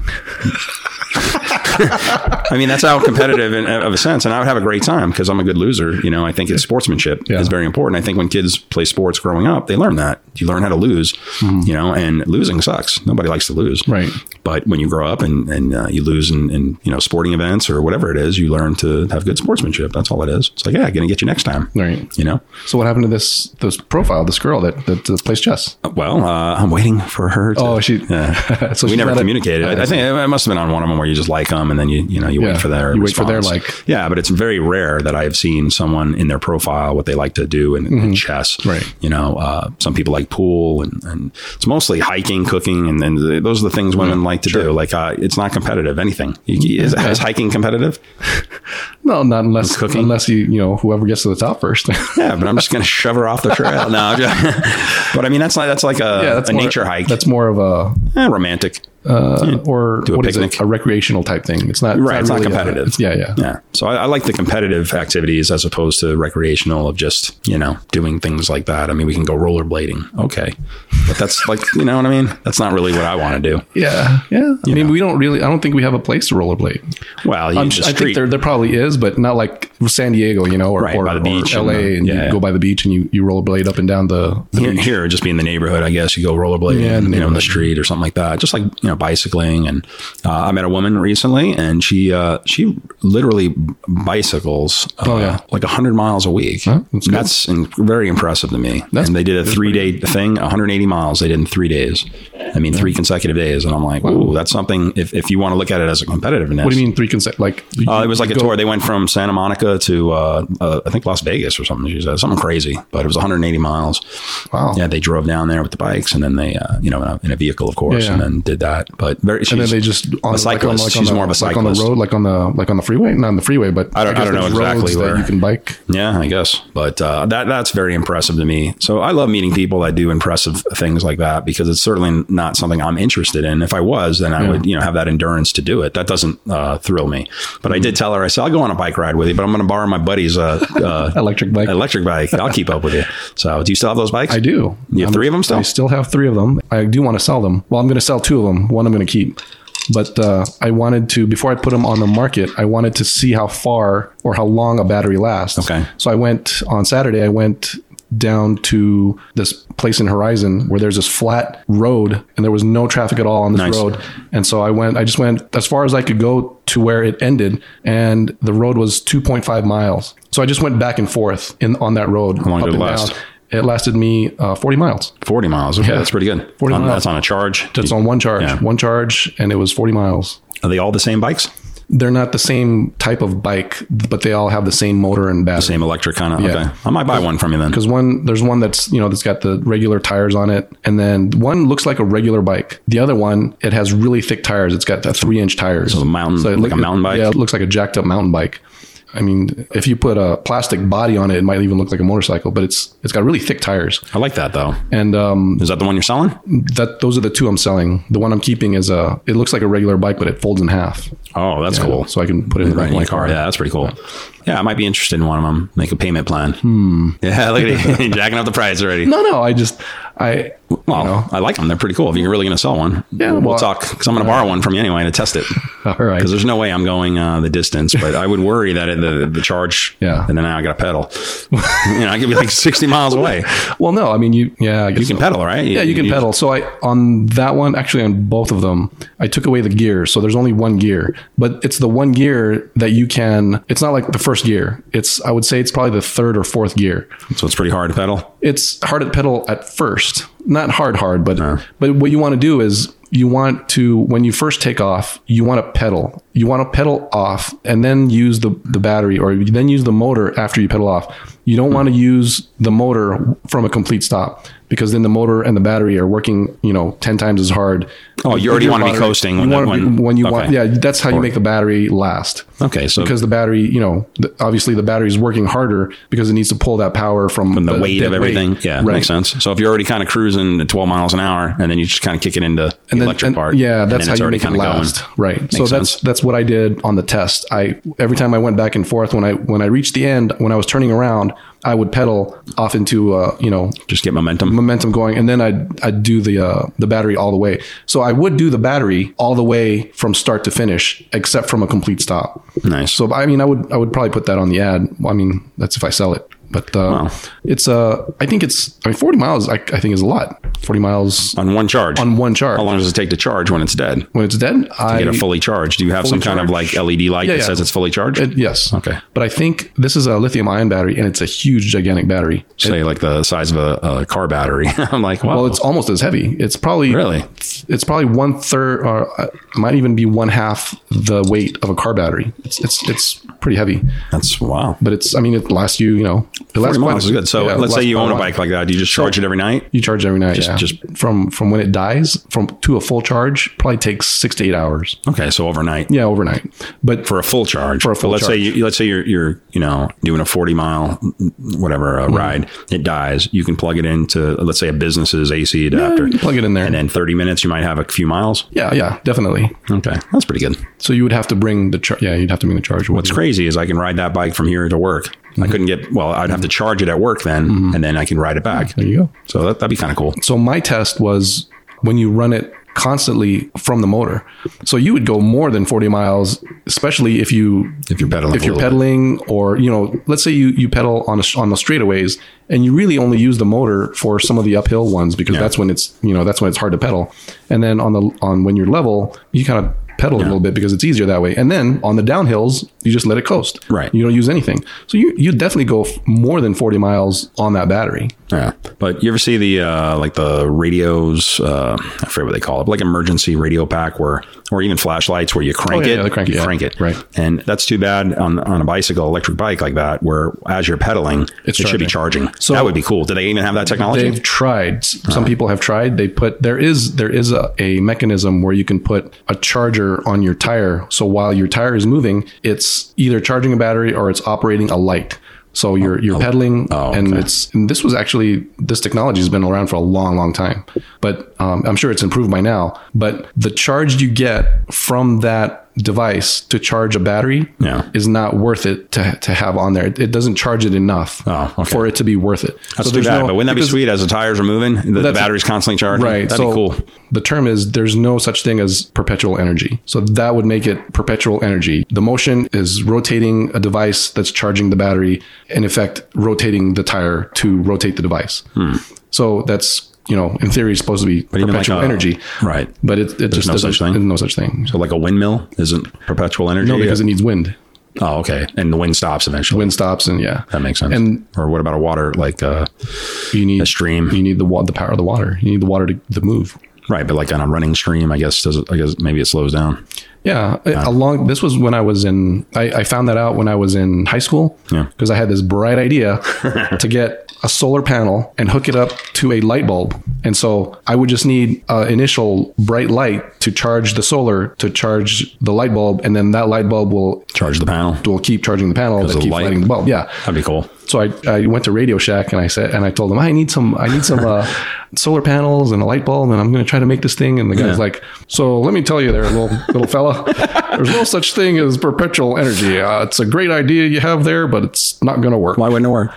S2: I mean, that's how competitive in, of a sense. And I would have a great time because I'm a good loser. You know, I think it's sportsmanship
S3: Yeah.
S2: is very important. I think when kids play sports growing up, they learn that you learn how to lose, you know, and losing sucks. Nobody likes to lose.
S3: Mm-hmm. Right.
S2: But when you grow up and, and uh, you lose in, in, you know, sporting events or whatever it is, you learn to have good sportsmanship. That's all it is. It's like, yeah, going to get you next time.
S3: Right.
S2: You know?
S3: So what happened to this this profile, this girl that that, that plays chess?
S2: Well, uh, I'm waiting for her. To, Uh,
S3: Oh, she-
S2: Yeah.
S3: So
S2: we
S3: she's
S2: never
S3: not a-
S2: communicated. I I think it must have been on one of them where you just like them and then you you know you
S3: Yeah.
S2: wait for their
S3: You wait for their
S2: response.
S3: like.
S2: Yeah, but it's very rare that I've seen someone in their profile what they like to do in, in chess.
S3: Mm-hmm. Right.
S2: You know, uh, some people like pool and, and it's mostly hiking, cooking, and, and th- those are the things
S3: Mm-hmm.
S2: women like to do. Like uh, it's not competitive. Anything You- you- is, is hiking competitive?
S3: No, not unless
S2: Cooking? Uh,
S3: unless you you know whoever gets to the top first.
S2: Yeah, but I'm just going to shove her off the trail. No, I'm just- but I mean that's like that's like a, a
S3: more,
S2: nature hike.
S3: That's more of a
S2: Eh, romantic.
S3: uh, or
S2: a
S3: what is it?
S2: picnic.
S3: A recreational type thing. It's not
S2: Right, it's not
S3: really a-
S2: competitive.
S3: it's- yeah, yeah,
S2: Yeah. So I, I like the competitive activities as opposed to recreational of just, you know, doing things like that. I mean, we can go rollerblading. Okay. But that's like, you know what I mean? That's not really what I want to do.
S3: yeah, yeah. I mean, we don't really. I don't think we have a place to rollerblade.
S2: Well, you
S3: I'm
S2: just
S3: I
S2: street.
S3: think there there probably is, but not like San Diego, you know, or,
S2: Right,
S3: or,
S2: by the
S3: or
S2: beach and
S3: LA, and,
S2: the- yeah.
S3: you go by the beach and you you rollerblade up and down the. the
S2: here, here, just be in the neighborhood, I guess. You go rollerblading,
S3: Yeah, in the
S2: you know, in the
S3: neighborhood.
S2: street or something like that. Just like you know, know, bicycling. And uh, I met a woman recently, and she uh, she literally bicycles uh,
S3: Oh, yeah.
S2: like hundred miles a week.
S3: Huh? That's good.
S2: That's in, very impressive to me.
S3: That's-
S2: and they did a three day thing, 180 miles. They did in three days. I mean, three consecutive days. And I'm like, ooh, that's something. If, if you want to look at it as a competitiveness,
S3: What do you mean three consecutive? Like
S2: uh, it was like a tour. They went from Santa Monica to uh, uh, I think Las Vegas or something. She said something crazy, but it was 180 miles.
S3: Wow.
S2: Yeah, they drove down there with the bikes, and then they, uh, you know, in a, in a vehicle, of course,
S3: Yeah, yeah.
S2: and then did that. But very, she's,
S3: and then they just on,
S2: a cyclist. she's more of a cyclist.
S3: Like on the road, like on the like on the freeway, not on the freeway, but
S2: I don't-
S3: guess
S2: I don't know
S3: there's
S2: exactly
S3: roads
S2: where.
S3: that you can bike.
S2: Yeah, I guess. But uh, that that's very impressive to me. So I love meeting people that do impressive things like that because it's certainly not something I'm interested in. If I was, then I would you know have that endurance to do it. That doesn't uh, thrill me. But
S3: Mm-hmm.
S2: I did tell her I said I'll go on a bike ride with you, but I'm going to borrow my buddy's uh, uh,
S3: Electric bike.
S2: Electric bike. I'll keep up with you. So do you still have those bikes?
S3: I do.
S2: You have
S3: I'm-
S2: three of them still?
S3: I still have three of them. I do want to sell them. Well, I'm going to sell two of them. One I'm going to keep. But uh, I wanted to before I put them on the market. I wanted to see how far or how long a battery lasts.
S2: Okay.
S3: So I went on Saturday. I went down to this place in Horizon where there's this flat road and there was no traffic at all on this
S2: Nice.
S3: road. And so I went. I just went as far as I could go to where it ended, and the road was 2.5 miles. So I just went back and forth in on that road.
S2: long
S3: up
S2: did it
S3: and
S2: last?
S3: down. It lasted me uh, 40 miles.
S2: 40 miles. Okay, that's pretty good.
S3: 40
S2: On-
S3: miles.
S2: That's on a charge.
S3: That's on one charge,
S2: Yeah.
S3: one charge, and it was 40 miles.
S2: Are they all the same bikes?
S3: They're not the same type of bike, but they all have the same motor and battery.
S2: Same electric kind of.
S3: Yeah.
S2: Okay, I might buy one from you then.
S3: Because one, there's one that's you know that's got the regular tires on it, and then one looks like a regular bike. The other one, it has really thick tires. It's got the three inch tires. So
S2: a mountain-
S3: it
S2: like
S3: look-
S2: a mountain bike?
S3: Yeah, it looks like a jacked up mountain bike. I mean, if you put a plastic body on it, it might even look like a motorcycle. But it's it's got really thick tires,
S2: I like that though.
S3: and um,
S2: Is that the one you're selling?
S3: that those are the two I'm selling. The one I'm keeping is a. It looks like a regular bike, but it folds in half.
S2: Oh, that's cool.
S3: So I can put it in the
S2: Right
S3: back
S2: in
S3: of my
S2: your car.
S3: car.
S2: Yeah, that's pretty cool. Yeah, I might be interested in one of them. Make a payment plan. Hmm. Yeah, look at it. Jacking up the price already.
S3: No, no, I just I
S2: well,
S3: know.
S2: I like them. They're pretty cool. If you're really going to sell one,
S3: Yeah,
S2: we'll,
S3: well,
S2: talk. Because I'm going to borrow one from you anyway to test it.
S3: all right.
S2: Because there's no way I'm going uh, the distance, but I would worry that it, the, the charge.
S3: Yeah.
S2: And then now I got to pedal. you know, I could be like 60 miles away.
S3: Well, no, I mean you. Yeah, I guess
S2: You can
S3: so.
S2: pedal, right?
S3: Yeah, you can pedal. So I on that one, actually on both of them, I took away the gears. So there's only one gear, but it's the one gear that you can. It's not like the first gear. It's I would say it's probably the third or fourth gear.
S2: So it's pretty hard to pedal.
S3: it's hard at pedal at first not hard hard but but what you want to do is you want to when you first take off you want to pedal you want to pedal off and then use the, the battery or you then use the motor after you pedal off you
S2: Hmm.
S3: don't want to use the motor from a complete stop because then the motor and the battery are working you know 10 times as hard
S2: Oh, you already want to be coasting
S3: you
S2: when,
S3: wanna be-
S2: when,
S3: when you
S2: okay.
S3: want yeah that's how you make the battery last
S2: Okay, so
S3: because the battery, you know, th- obviously the battery is working harder because it needs to pull that power from,
S2: the weight
S3: dead
S2: of everything. Yeah,
S3: right.
S2: makes sense. So if you're already kind of cruising at 12 miles an hour and then you just kind of kick it into the
S3: And then-
S2: electric
S3: and-
S2: part.
S3: Yeah,
S2: and
S3: that's
S2: then
S3: how
S2: it's
S3: you
S2: already
S3: make it
S2: kinda going.
S3: last, right? so that's
S2: sense.
S3: that's what I did on the test. I every time I went back and forth when I when I reached the end, when I was turning around, I would pedal off into uh, you know
S2: Just get momentum.
S3: momentum going, and then I'd I'd do the uh, the battery all the way. So I would do the battery all the way from start to finish, except from a complete stop.
S2: Nice.
S3: So I mean, I would I would probably put that on the ad. Well, I mean, that's if I sell it. But uh, it's uh, I think it's I mean, forty miles. I, I think is a lot. Forty miles
S2: on one charge.
S3: on one charge.
S2: How long does it take to charge when it's dead?
S3: when it's dead, I
S2: Get it fully charged. Do you have some kind of like LED light that
S3: yeah.
S2: says it's fully charged?
S3: It- yes.
S2: Okay.
S3: But I think this is a lithium ion battery and it's a huge, gigantic battery.
S2: Say like the size of a, a car battery. I'm like, wow.
S3: Well, it's almost as heavy. It's probably
S2: Really?
S3: It's probably one third, or uh, might even be one half the weight of a car battery. It's it's it's pretty heavy,
S2: that's wow.
S3: but it's I mean it lasts you you know it lasts
S2: Forty
S3: quite a-
S2: miles is good. So
S3: yeah, it
S2: let's say
S3: lasts
S2: you
S3: quite
S2: own a
S3: while.
S2: bike like that. Do you just charge it every night?
S3: You charge every night. yeah.
S2: just-
S3: from from when it dies from to a full charge probably takes six to eight hours.
S2: Okay, so overnight.
S3: Yeah, overnight. But
S2: for a full charge. For
S3: a full
S2: let's
S3: charge.
S2: say you, let's say you're you're you know doing a forty mile whatever
S3: Mm-hmm.
S2: uh, ride, it dies. You can plug it into let's say a business's AC adapter,
S3: you can plug it in there.
S2: and then thirty minutes you might have a few miles.
S3: yeah, yeah, definitely.
S2: Okay, that's pretty good.
S3: So you would have to bring the char- yeah, you'd have to bring the charger. with
S2: What's
S3: you.
S2: crazy is I can ride that bike from here to work.
S3: Mm-hmm.
S2: I couldn't get well. I'd have to charge it at work then, and then I can ride it back.
S3: There you go.
S2: So that, that'd be kind of cool.
S3: So my test was when you run it constantly from the motor. So you would go more than 40 miles, especially if you
S2: If you're pedaling
S3: if
S2: a
S3: you're
S2: little bit.
S3: pedaling or you know let's say you you pedal on a, on the straightaways and you really only use the motor for some of the uphill ones because that's when it's you know that's when it's hard to pedal and then on the on when you're level you kind of pedal a little bit because it's easier that way and then on the downhills you just let it coast
S2: Right.
S3: you don't use anything so you you definitely go f- more than 40 miles on that battery
S2: Yeah, but you ever see the uh, like the radios? Uh, I forget what they call it, but like emergency radio pack, where or even flashlights, where you crank
S3: Oh, yeah,
S2: it,
S3: yeah, they crank
S2: you
S3: it, yeah.
S2: crank it,
S3: Right.
S2: And that's too bad on on a bicycle, electric bike like that, where as you're pedaling,
S3: It's
S2: it should be charging. So that would be cool. Do they even have that technology?
S3: They've tried. S- Some people have tried. They put there is there is a, a mechanism where you can put a charger on your tire. So while your tire is moving, it's either charging a battery or it's operating a light. So
S2: Oh,
S3: you're you're pedaling, and it's and this was actually this technology has been around for a long, long time. But um, I'm sure it's improved by now. But the charge you get from that device to charge a battery
S2: Yeah.
S3: is not worth it to, to have on there. It, it doesn't charge it enough
S2: Oh, okay.
S3: for it to be worth it.
S2: That's
S3: So
S2: too
S3: there's
S2: bad.
S3: no-
S2: but wouldn't that be
S3: because-
S2: sweet as the tires are moving? The, the
S3: That's-
S2: battery's constantly charging.
S3: Right.
S2: That'd
S3: so
S2: be cool.
S3: the term is there's no such thing as perpetual energy. So that would make it perpetual energy. The motion is rotating a device that's charging the battery, in effect, rotating the tire to rotate the device. So that's, you know, in theory, supposed to be
S2: Hmm. even like
S3: perpetual
S2: a-
S3: energy.
S2: right.
S3: But it, it just
S2: no
S3: doesn't,
S2: such thing?
S3: there's no such thing.
S2: So like a windmill isn't perpetual energy.
S3: No, because it needs wind.
S2: oh, okay. And the wind stops eventually.
S3: Wind stops and yeah.
S2: that makes sense.
S3: And
S2: or what about a water like uh,
S3: you need a
S2: stream.
S3: You need the wa- the power of the water. You need the water to, to move.
S2: Right, but like on a running stream, I guess does it, I guess maybe it slows down.
S3: Yeah, along this was when I was in. I, I found that out when I was in high school.
S2: Yeah.
S3: because I had this bright idea to get a solar panel and hook it up to a light bulb, and so I would just need uh, initial bright light to charge the solar to charge the light bulb, and then that light bulb will
S2: Charge the panel.
S3: will keep charging the panel that
S2: of
S3: keeps
S2: light.
S3: lighting the bulb. Yeah,
S2: That'd be cool.
S3: so I, I went to Radio Shack and I said and I told them I need some I need some uh, solar panels and a light bulb and I'm going to try to make this thing and the guy's
S2: Yeah.
S3: like so let me tell you there little little fella there's no such thing as perpetual energy uh, it's a great idea you have there but it's not going to work
S2: Why wouldn't it work?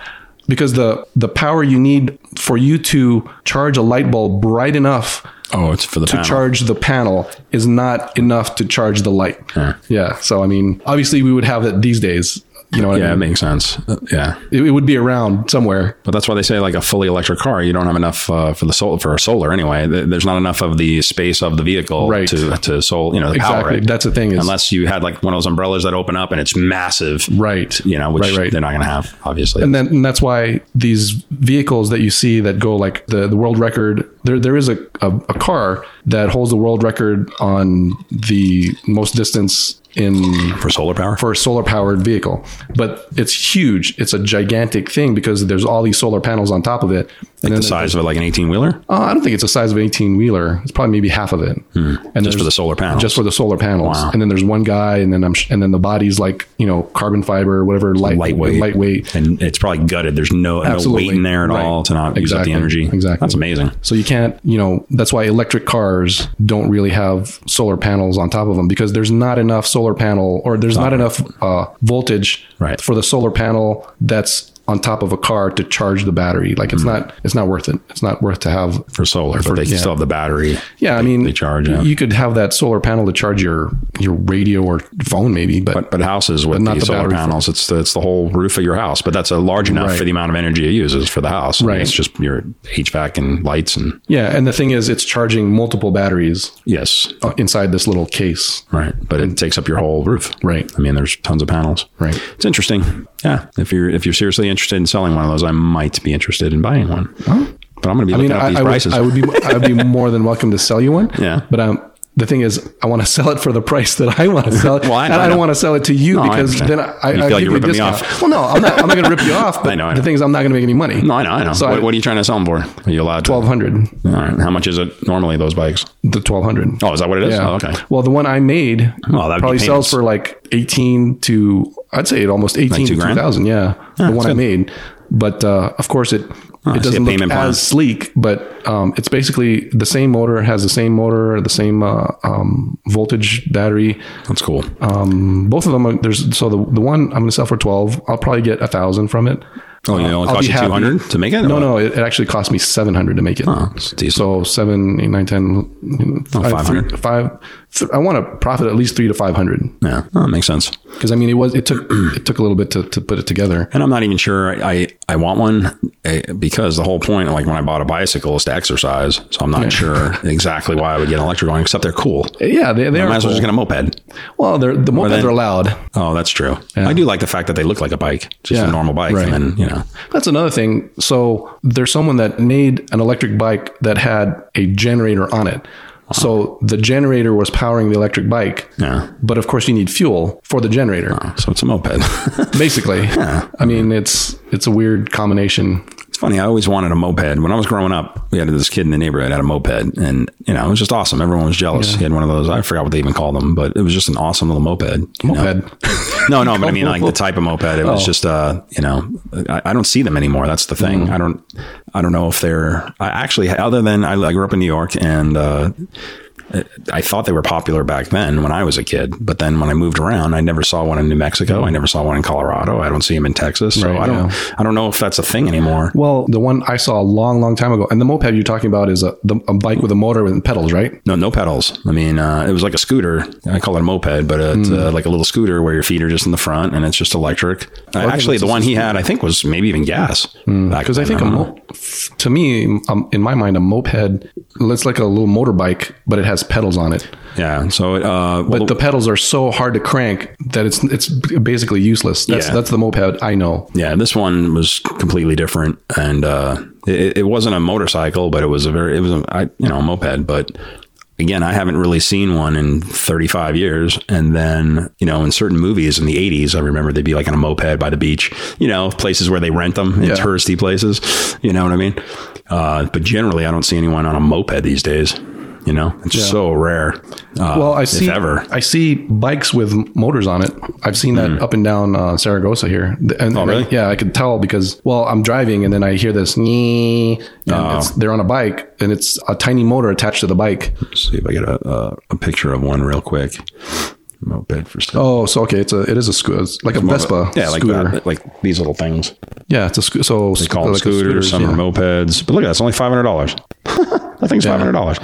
S3: because the the power you need for you to charge a light bulb bright enough
S2: Oh, it's for the panel.
S3: charge the panel is not enough to charge the light
S2: Yeah.
S3: yeah so I mean obviously we would have that these days you know what
S2: yeah,
S3: I
S2: that
S3: mean
S2: makes sense. Uh, yeah,
S3: it, it would be around somewhere
S2: but that's why they say like a fully electric car, you don't have enough uh, for the solar for a solar anyway. Th- There's not enough of the space of the vehicle
S3: Right.
S2: to to sol you know the power
S3: exactly
S2: it.
S3: that's the thing is
S2: Unless you had like one of those umbrellas that open up and it's massive,
S3: Right.
S2: You know, which
S3: Right, right.
S2: they're not going to have, obviously.
S3: And then and that's why these vehicles that you see that go like the, the world record, there there is a, a, a car that holds the world record on the most distance in
S2: for solar power,
S3: for a solar powered vehicle. But it's huge. It's a gigantic thing because there's all these solar panels on top of it. And
S2: the
S3: then
S2: size of it, like an 18 wheeler,
S3: uh, I don't think it's the size of an 18 wheeler. It's probably maybe half of it. And
S2: Hmm. just for the solar panel.
S3: just for the solar panels. And then there's one guy, and then I'm, sh- and then the body's like you know carbon fiber, whatever, light,
S2: lightweight,
S3: lightweight.
S2: and it's probably gutted. There's no, no
S3: Absolutely.
S2: weight in there at
S3: Right.
S2: all to not use up the
S3: Exactly.
S2: energy.
S3: Exactly.
S2: that's amazing.
S3: So you can't, you know, that's why electric cars don't really have solar panels on top of them because there's not enough solar panel or there's not enough uh, voltage
S2: Right.
S3: for the solar panel that's on top of a car to charge the battery. Like
S2: Hmm.
S3: it's not, it's not worth it. It's not worth to have.
S2: for solar, but they can still have the battery.
S3: Yeah, I mean,
S2: they charge, yeah.
S3: You could have that solar panel to charge your your radio or phone, maybe, but,
S2: But houses with
S3: not
S2: the,
S3: the
S2: solar
S3: battery.
S2: panels, it's the, it's the whole roof of your house. But that's a large enough
S3: Right.
S2: for the amount of energy it uses for the house. I mean,
S3: Right.
S2: it's just your HVAC and lights and
S3: yeah. And the thing is, it's charging multiple batteries
S2: yes,
S3: uh, inside this little case.
S2: right. But it takes up your whole roof.
S3: Right.
S2: I mean, there's tons of panels.
S3: Right.
S2: It's interesting. Yeah. If you're if you're seriously interested in selling one of those, I might be interested in buying one. But I'm going to be
S3: I
S2: looking
S3: mean,
S2: up
S3: I,
S2: these
S3: I,
S2: prices.
S3: would, I would be I would be more than welcome to sell you one.
S2: Yeah.
S3: But um, the thing is, I want to sell it for the price that I want to sell it.
S2: Well, I-
S3: and
S2: I
S3: I,
S2: know.
S3: don't want to sell it to you
S2: No, I
S3: because
S2: understand.
S3: then I,
S2: You
S3: I
S2: feel like you're
S3: give you a
S2: ripping me
S3: discount.
S2: off.
S3: Well, no, I'm not. I'm not going to rip you off. But
S2: I know, I know.
S3: the thing is, I'm not going to make any money.
S2: no, I know, I know.
S3: So
S2: what,
S3: I-
S2: what are you trying to sell them for? Are you allowed to?
S3: Twelve hundred.
S2: All right. How much is it normally? Those bikes?
S3: The twelve hundred.
S2: Oh, is that what it is?
S3: Yeah.
S2: Oh, okay.
S3: Well, the one I made
S2: Well, that'd be
S3: probably
S2: payments.
S3: sells for like eighteen to I'd say it almost eighteen
S2: two
S3: to two
S2: grand? Ah,
S3: thousand. Yeah, the one I made. But uh, of course, it
S2: I see
S3: it
S2: a
S3: doesn't look
S2: payment plan.
S3: as sleek, but um, it's basically the same motor has the same motor, the same uh, um, voltage battery.
S2: That's cool.
S3: Uh, Um, both of them are, there's so the the one I'm going to sell for twelve. I'll probably get a thousand from it.
S2: Oh, it only
S3: I'll
S2: cost
S3: be
S2: you
S3: happy.
S2: two hundred to make it.
S3: No,
S2: Or-
S3: no, it, it actually cost me seven hundred to make it.
S2: it's decent.
S3: So seven, eight, nine, ten, five-
S2: 500.
S3: three- five- th- I want to profit at least three to five hundred
S2: Yeah, that makes sense.
S3: because I mean it was it took it took a little bit to, to put it together.
S2: And I'm not even sure I, I, I want one eh, because the whole point, like when I bought a bicycle, is to exercise. So I'm not sure exactly why I would get an electric one, except they're cool.
S3: Yeah, they they
S2: I
S3: are
S2: might as well just
S3: cool.
S2: get a moped.
S3: well, they're, the mopeds
S2: then-
S3: are allowed.
S2: Oh, that's true. I do like the fact that they look like a bike, just
S3: Yeah,
S2: a normal bike.
S3: right.
S2: And then, you know,
S3: That's another thing. So there's someone that made an electric bike that had a generator on it. So the generator was powering the electric bike.
S2: yeah.
S3: But of course, you need fuel for the generator.
S2: So it's a moped.
S3: Basically, I mean, it's it's a weird combination.
S2: It's funny. I always wanted a moped. When I was growing up, we had this kid in the neighborhood had a moped, and you know it was just awesome. Everyone was jealous. He had one of those. I forgot what they even called them, but it was just an awesome little moped. you know?
S3: Moped.
S2: No,
S3: Oh.
S2: no, but I mean like the type of moped. It was just uh, you know, I, I don't see them anymore. That's the thing.
S3: Mm-hmm.
S2: I don't, I don't know if they're I actually other than I, I grew up in New York and. uh I thought they were popular back then when I was a kid, but then when I moved around, I never saw one in New Mexico. I never saw one in Colorado. I don't see them in Texas. So
S3: Mm-hmm. Right,
S2: I don't,
S3: yeah.
S2: I don't know if that's a thing anymore.
S3: Well, the one I saw a long, long time ago, and the moped you're talking about is a, the, a bike with a motor and pedals, right?
S2: No, no pedals. I mean, uh, it was like a scooter. I call it a moped, but
S3: Hmm.
S2: it's uh, like a little scooter where your feet are just in the front and it's just electric. Uh, actually, the one he had, I think, was maybe even gas.
S3: Because Hmm. I think a mo- to me, um, in my mind, a moped looks like a little motorbike, but it has pedals on it.
S2: yeah. So, it, uh, well,
S3: But the pedals are so hard to crank that it's it's basically useless. That's
S2: Yeah.
S3: that's the moped I know.
S2: yeah, this one was completely different, and uh, it, it wasn't a motorcycle, but it was a very, it was a, I, you know, a moped, but. Again, I haven't really seen one in 35 years. And then, you know, in certain movies in the 80s, I remember they'd be like on a moped by the beach, you know, places where they rent them in
S3: Yeah.
S2: touristy places. You know what I mean? Uh, but generally, I don't see anyone on a moped these days. You know, it's so rare. Uh,
S3: Well, I see
S2: if ever. Hmm.
S3: I see bikes with motors on it. I've seen that up and down uh, Saragossa here. The- And, oh,
S2: really?
S3: yeah, I could tell because well, I'm driving and then I hear this. "Nee," And
S2: Oh.
S3: it's, they're on a bike and it's a tiny motor attached to the bike.
S2: see if I get a, a, a picture of one real quick. Moped for sale.
S3: Oh, so okay, it's a it is a scooter, it's like a Vespa
S2: yeah, like
S3: scooter.
S2: that, like these little things.
S3: Yeah, it's a scooter. So
S2: They call them scooters. Some are mopeds, but look at that. It's only five hundred dollars. I think it's five hundred dollars.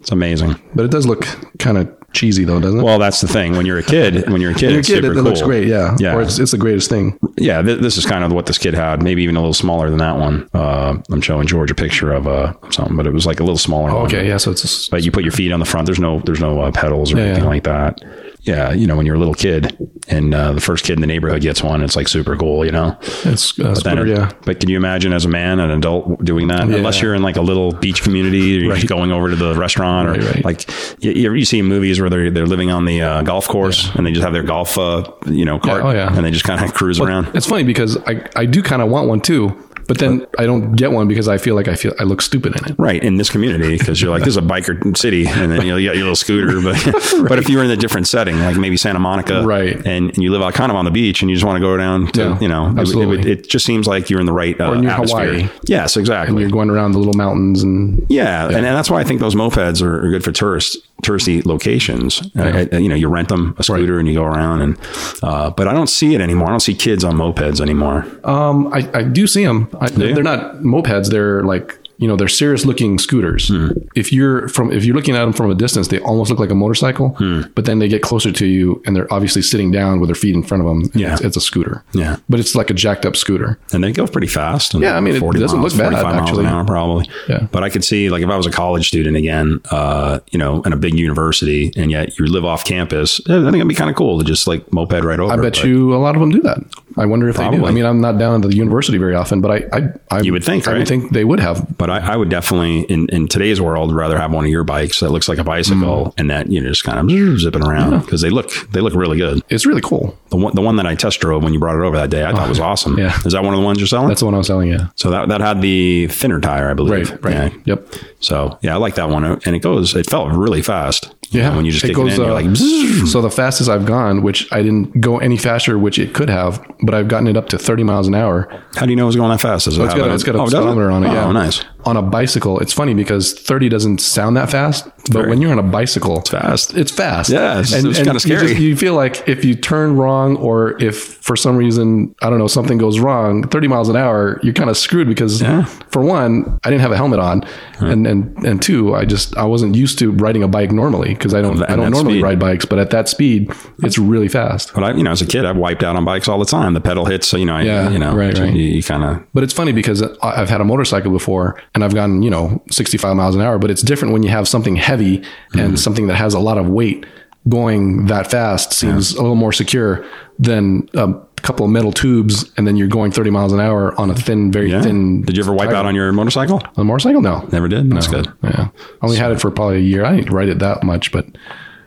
S2: It's amazing.
S3: but it does look kind of cheesy though, doesn't it?
S2: Well, that's the thing. When you're a kid, when you're a kid,
S3: Your
S2: it's
S3: kid, it,
S2: super
S3: it
S2: cool.
S3: looks great. Yeah,
S2: yeah,
S3: Or it's, it's the greatest thing.
S2: yeah. Th- this is kind of what this kid had. Maybe even a little smaller than that one. Uh, I'm showing George a picture of uh, something, but it was like a little smaller. one.
S3: Oh, Okay, yeah. So it's a,
S2: But you put your feet on the front. There's no there's no uh, pedals or anything
S3: yeah.
S2: like that. Yeah, you know, when you're a little kid and uh, the first kid in the neighborhood gets one, it's like super cool. You know,
S3: It's uh,
S2: Then
S3: scooter,
S2: it-
S3: yeah.
S2: But can you imagine as a man, an adult doing that? Unless you're in like a little beach community or you're just going over to the restaurant or
S3: Right, right.
S2: like you, you ever- you see movies where they're, they're living on the uh, golf course and they just have their golf, uh, you know, cart
S3: oh, yeah.
S2: and they just kind of cruise around.
S3: It's funny because I, I do kind of want one too, but then I don't get one because I feel like I feel I look stupid in it.
S2: Right in this community because you're like this is a biker city, and then you'll get your little scooter. But but if you were in a different setting, like maybe Santa Monica,
S3: Right.
S2: and, and you live out kind of on the beach, and you just want to go down to
S3: Yeah,
S2: you know, it would- it, would-
S3: absolutely.
S2: it just seems like you're in the right uh,
S3: near
S2: atmosphere.
S3: Hawaii.
S2: Yes, exactly.
S3: You're going around the little mountains and
S2: Yeah, And, and that's why I think those mopeds are, are good for tourist touristy locations. Uh, uh, you know, you rent them a scooter and you go around, and uh, but I don't see it anymore. I don't see kids on mopeds anymore.
S3: um I, I do see them. I, They're not mopeds. They're like you know they're serious looking scooters.
S2: Hmm.
S3: If you're from if you're looking at them from a distance, they almost look like a motorcycle.
S2: Hmm.
S3: But then they get closer to you and they're obviously sitting down with their feet in front of them.
S2: Yeah.
S3: it's, it's a scooter.
S2: Yeah.
S3: but it's like a jacked up scooter.
S2: and they go pretty fast. and
S3: Yeah, I mean, it doesn't
S2: miles,
S3: look bad,
S2: 45 miles an
S3: actually.
S2: hour probably.
S3: Yeah.
S2: but I could see like if I was a college student again, uh, you know, in a big university, and yet you live off campus. eh, I think it'd be kind of cool to just like moped right over.
S3: I bet
S2: but
S3: you a lot of them do that. I wonder if they do.
S2: Probably.
S3: I mean, I'm not down at the university very often, but I, I, I
S2: You would think,
S3: I
S2: right?
S3: would think they would have
S2: But I, I would definitely, in, in today's world, rather have one of your bikes that looks like a
S3: Mm.
S2: bicycle and that you know just kind of zipping around because they look they look really good.
S3: It's really cool.
S2: The one, the one that I test drove when you brought it over that day, I thought was awesome.
S3: Oh, yeah.
S2: Is that one of the ones you're selling?
S3: That's the one I was telling you.
S2: so that, that had the thinner tire, I believe. Yeah.
S3: Yep.
S2: So yeah, I like that one. And it goes, it felt really fast. You
S3: Yeah.
S2: know, when you just
S3: It
S2: take
S3: goes,
S2: it in, you're
S3: uh,
S2: like, "Bzzz."
S3: So the fastest I've gone, which I didn't go any faster, which it could have, but I've gotten it up to 30 miles an hour.
S2: how do you know it's going that fast? Is it
S3: Oh, It's got, a- it's got a speedometer on it.
S2: Oh,
S3: yeah.
S2: nice.
S3: On a bicycle, it's funny because 30 doesn't sound that fast, but
S2: Very.
S3: when you're on a bicycle, it's
S2: fast.
S3: It's fast.
S2: Yeah, it's- it's kinda
S3: you just-
S2: scary.
S3: You, feel like if you turn wrong or if for some reason, I don't know, something goes wrong, 30 miles an hour, you're kind of screwed because for one, I didn't have a helmet on. And, and, and two, I just, I wasn't used to riding a bike normally because I don't,
S2: At
S3: I don't
S2: that
S3: normally
S2: speed.
S3: ride bikes, but at that speed, it's really fast.
S2: But I, you know, as a kid, I've wiped out on bikes all the time. The pedal hits, so you know, I,
S3: Yeah,
S2: you know,
S3: right, right.
S2: you, you kind of
S3: But it's funny because I- I've had a motorcycle before and I've gone, you know, 65 miles an hour, but it's different when you have something heavy
S2: Mm-hmm.
S3: and something that has a lot of weight going that fast seems a little more secure than a couple of metal tubes and then you're going 30 miles an hour on a thin, very
S2: yeah.
S3: thin.
S2: Did you ever wipe
S3: tire.
S2: out on your motorcycle?
S3: on a motorcycle? No.
S2: Never did. That's good.
S3: Yeah. I only had it for probably a year. I didn't ride it that much, but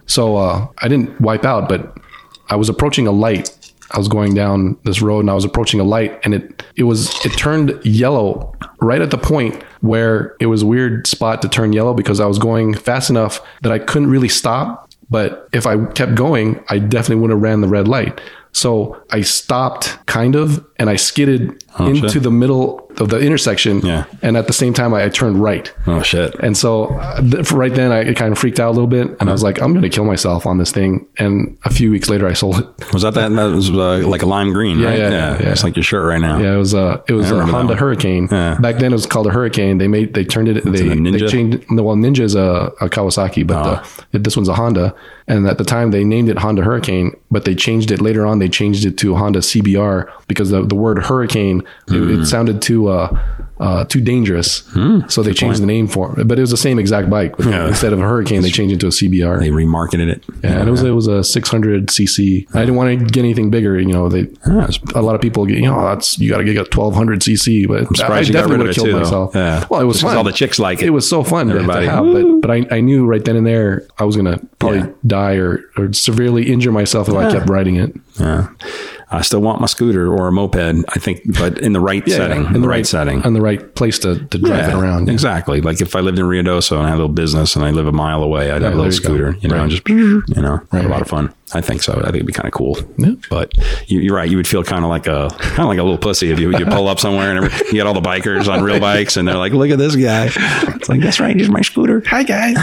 S3: so uh, I didn't wipe out, but I was approaching a light. I was going down this road and I was approaching a light and it it was it turned yellow right at the point where it was a weird spot to turn yellow because I was going fast enough that I couldn't really stop. But if I kept going, I definitely would have ran the red light. So I stopped kind of and I skidded
S2: Oh, shit.
S3: into the middle of the intersection.
S2: Yeah.
S3: And at the same time, I, I turned right.
S2: Oh shit!
S3: And so uh, th- right then I it kind of freaked out a little bit and I was like, I'm going to kill myself on this thing. And a few weeks later I sold it.
S2: Was that that? That was uh, like a lime green, right?
S3: yeah, yeah.
S2: It's like your shirt right now.
S3: Yeah, it was a, it was
S2: I
S3: a
S2: remember that
S3: Honda
S2: one.
S3: Hurricane.
S2: Yeah.
S3: Back then it was called a Hurricane. They made, they turned it, they,
S2: it a Ninja? Oh.
S3: they changed, no, well, Ninja is a, a Kawasaki, but the, this one's a Honda. And at the time they named it Honda Hurricane, but they changed it later on. They changed it to Honda CBR because the, the word Hurricane,
S2: Hmm.
S3: it, it sounded too, uh, uh, too dangerous. so they changed the name for it, but it was the same exact bike. But
S2: Yeah.
S3: Instead of a hurricane, they changed it to a CBR.
S2: They remarketed it.
S3: Yeah, and it was it was a 600 cc. I didn't want to get anything bigger. You know, they
S2: it's-
S3: a lot of people get you know that's you got to get a 1200 cc. But I
S2: surprised you got
S3: definitely
S2: rid of
S3: would have
S2: it,
S3: killed
S2: too, though.
S3: myself.
S2: Yeah.
S3: Well, it was
S2: Just 'cause
S3: fun.
S2: all the chicks like it.
S3: It was so fun.
S2: Everybody.
S3: To have, but but I, I knew right then and there I was gonna probably
S2: Yeah.
S3: die or, or severely injure myself if I kept riding it.
S2: Yeah. I still want my scooter or a moped. I think, but in the right setting, in the, right, setting,
S3: and the right place to, to drive it
S2: Yeah,
S3: around.
S2: Exactly. Like if I lived in Rio Doso and I had a little business and I live a mile away, I'd have a
S3: there
S2: little
S3: you go.
S2: scooter, you know,
S3: Right.
S2: and just, you know, have a lot
S3: right.
S2: of fun. I think so. I think it'd be kind of cool. But you, you're right. You would feel kind of like a, kind of like a little pussy if you, you pull up somewhere and every, you got all the bikers on real bikes and they're like, look at this guy. It's like, that's right. Here's my scooter.
S4: Hi guys,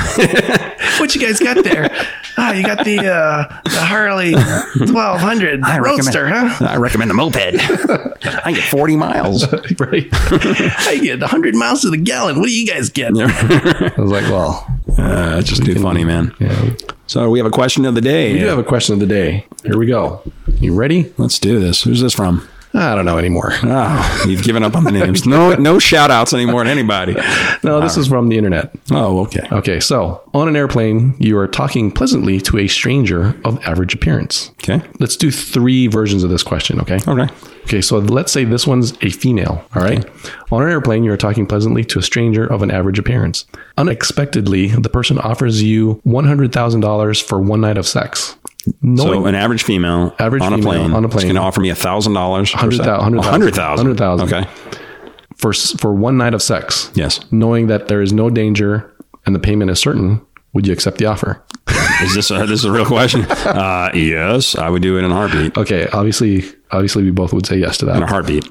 S4: what you guys got there? Ah, you got the uh, the Harley 1200 Roadster, huh?
S2: I recommend a moped. I get 40 miles.
S3: right.
S4: I get 100 miles to the gallon. What do you guys get?
S3: I was like, well,
S2: Uh, it's just too funny, man.
S3: yeah.
S2: So we have a question of the day.
S3: we do have a question of the day. Here we go. You ready?
S2: Let's do this. Who's this from?
S3: I don't know anymore.
S2: Oh, you've given up on the names. No, no shout outs anymore to anybody.
S3: No, this is from the internet.
S2: Oh, okay.
S3: Okay, so on an airplane, you are talking pleasantly to a stranger of average appearance.
S2: Okay.
S3: Let's do three versions of this question, okay?
S2: Okay.
S3: Okay, so let's say this one's a female, all right? On an airplane, you are talking pleasantly to a stranger of an average appearance. Unexpectedly, the person offers you $100,000 for one night of sex. Knowing
S2: So an average female
S3: Average
S2: on, a
S3: female
S2: plane
S3: on a plane.
S2: is going to offer me $1,000. per
S3: Hundred
S2: se-
S3: thou- hundred thousand.
S2: $100,000.
S3: Hundred thousand.
S2: Okay.
S3: for, for one night of sex,
S2: Yes.
S3: knowing that there is no danger and the payment is certain, would you accept the offer?
S2: Is this a, this is a real question? Uh, yes. I would do it in a heartbeat.
S3: Okay, obviously, obviously, we both would say yes to that.
S2: In a heartbeat.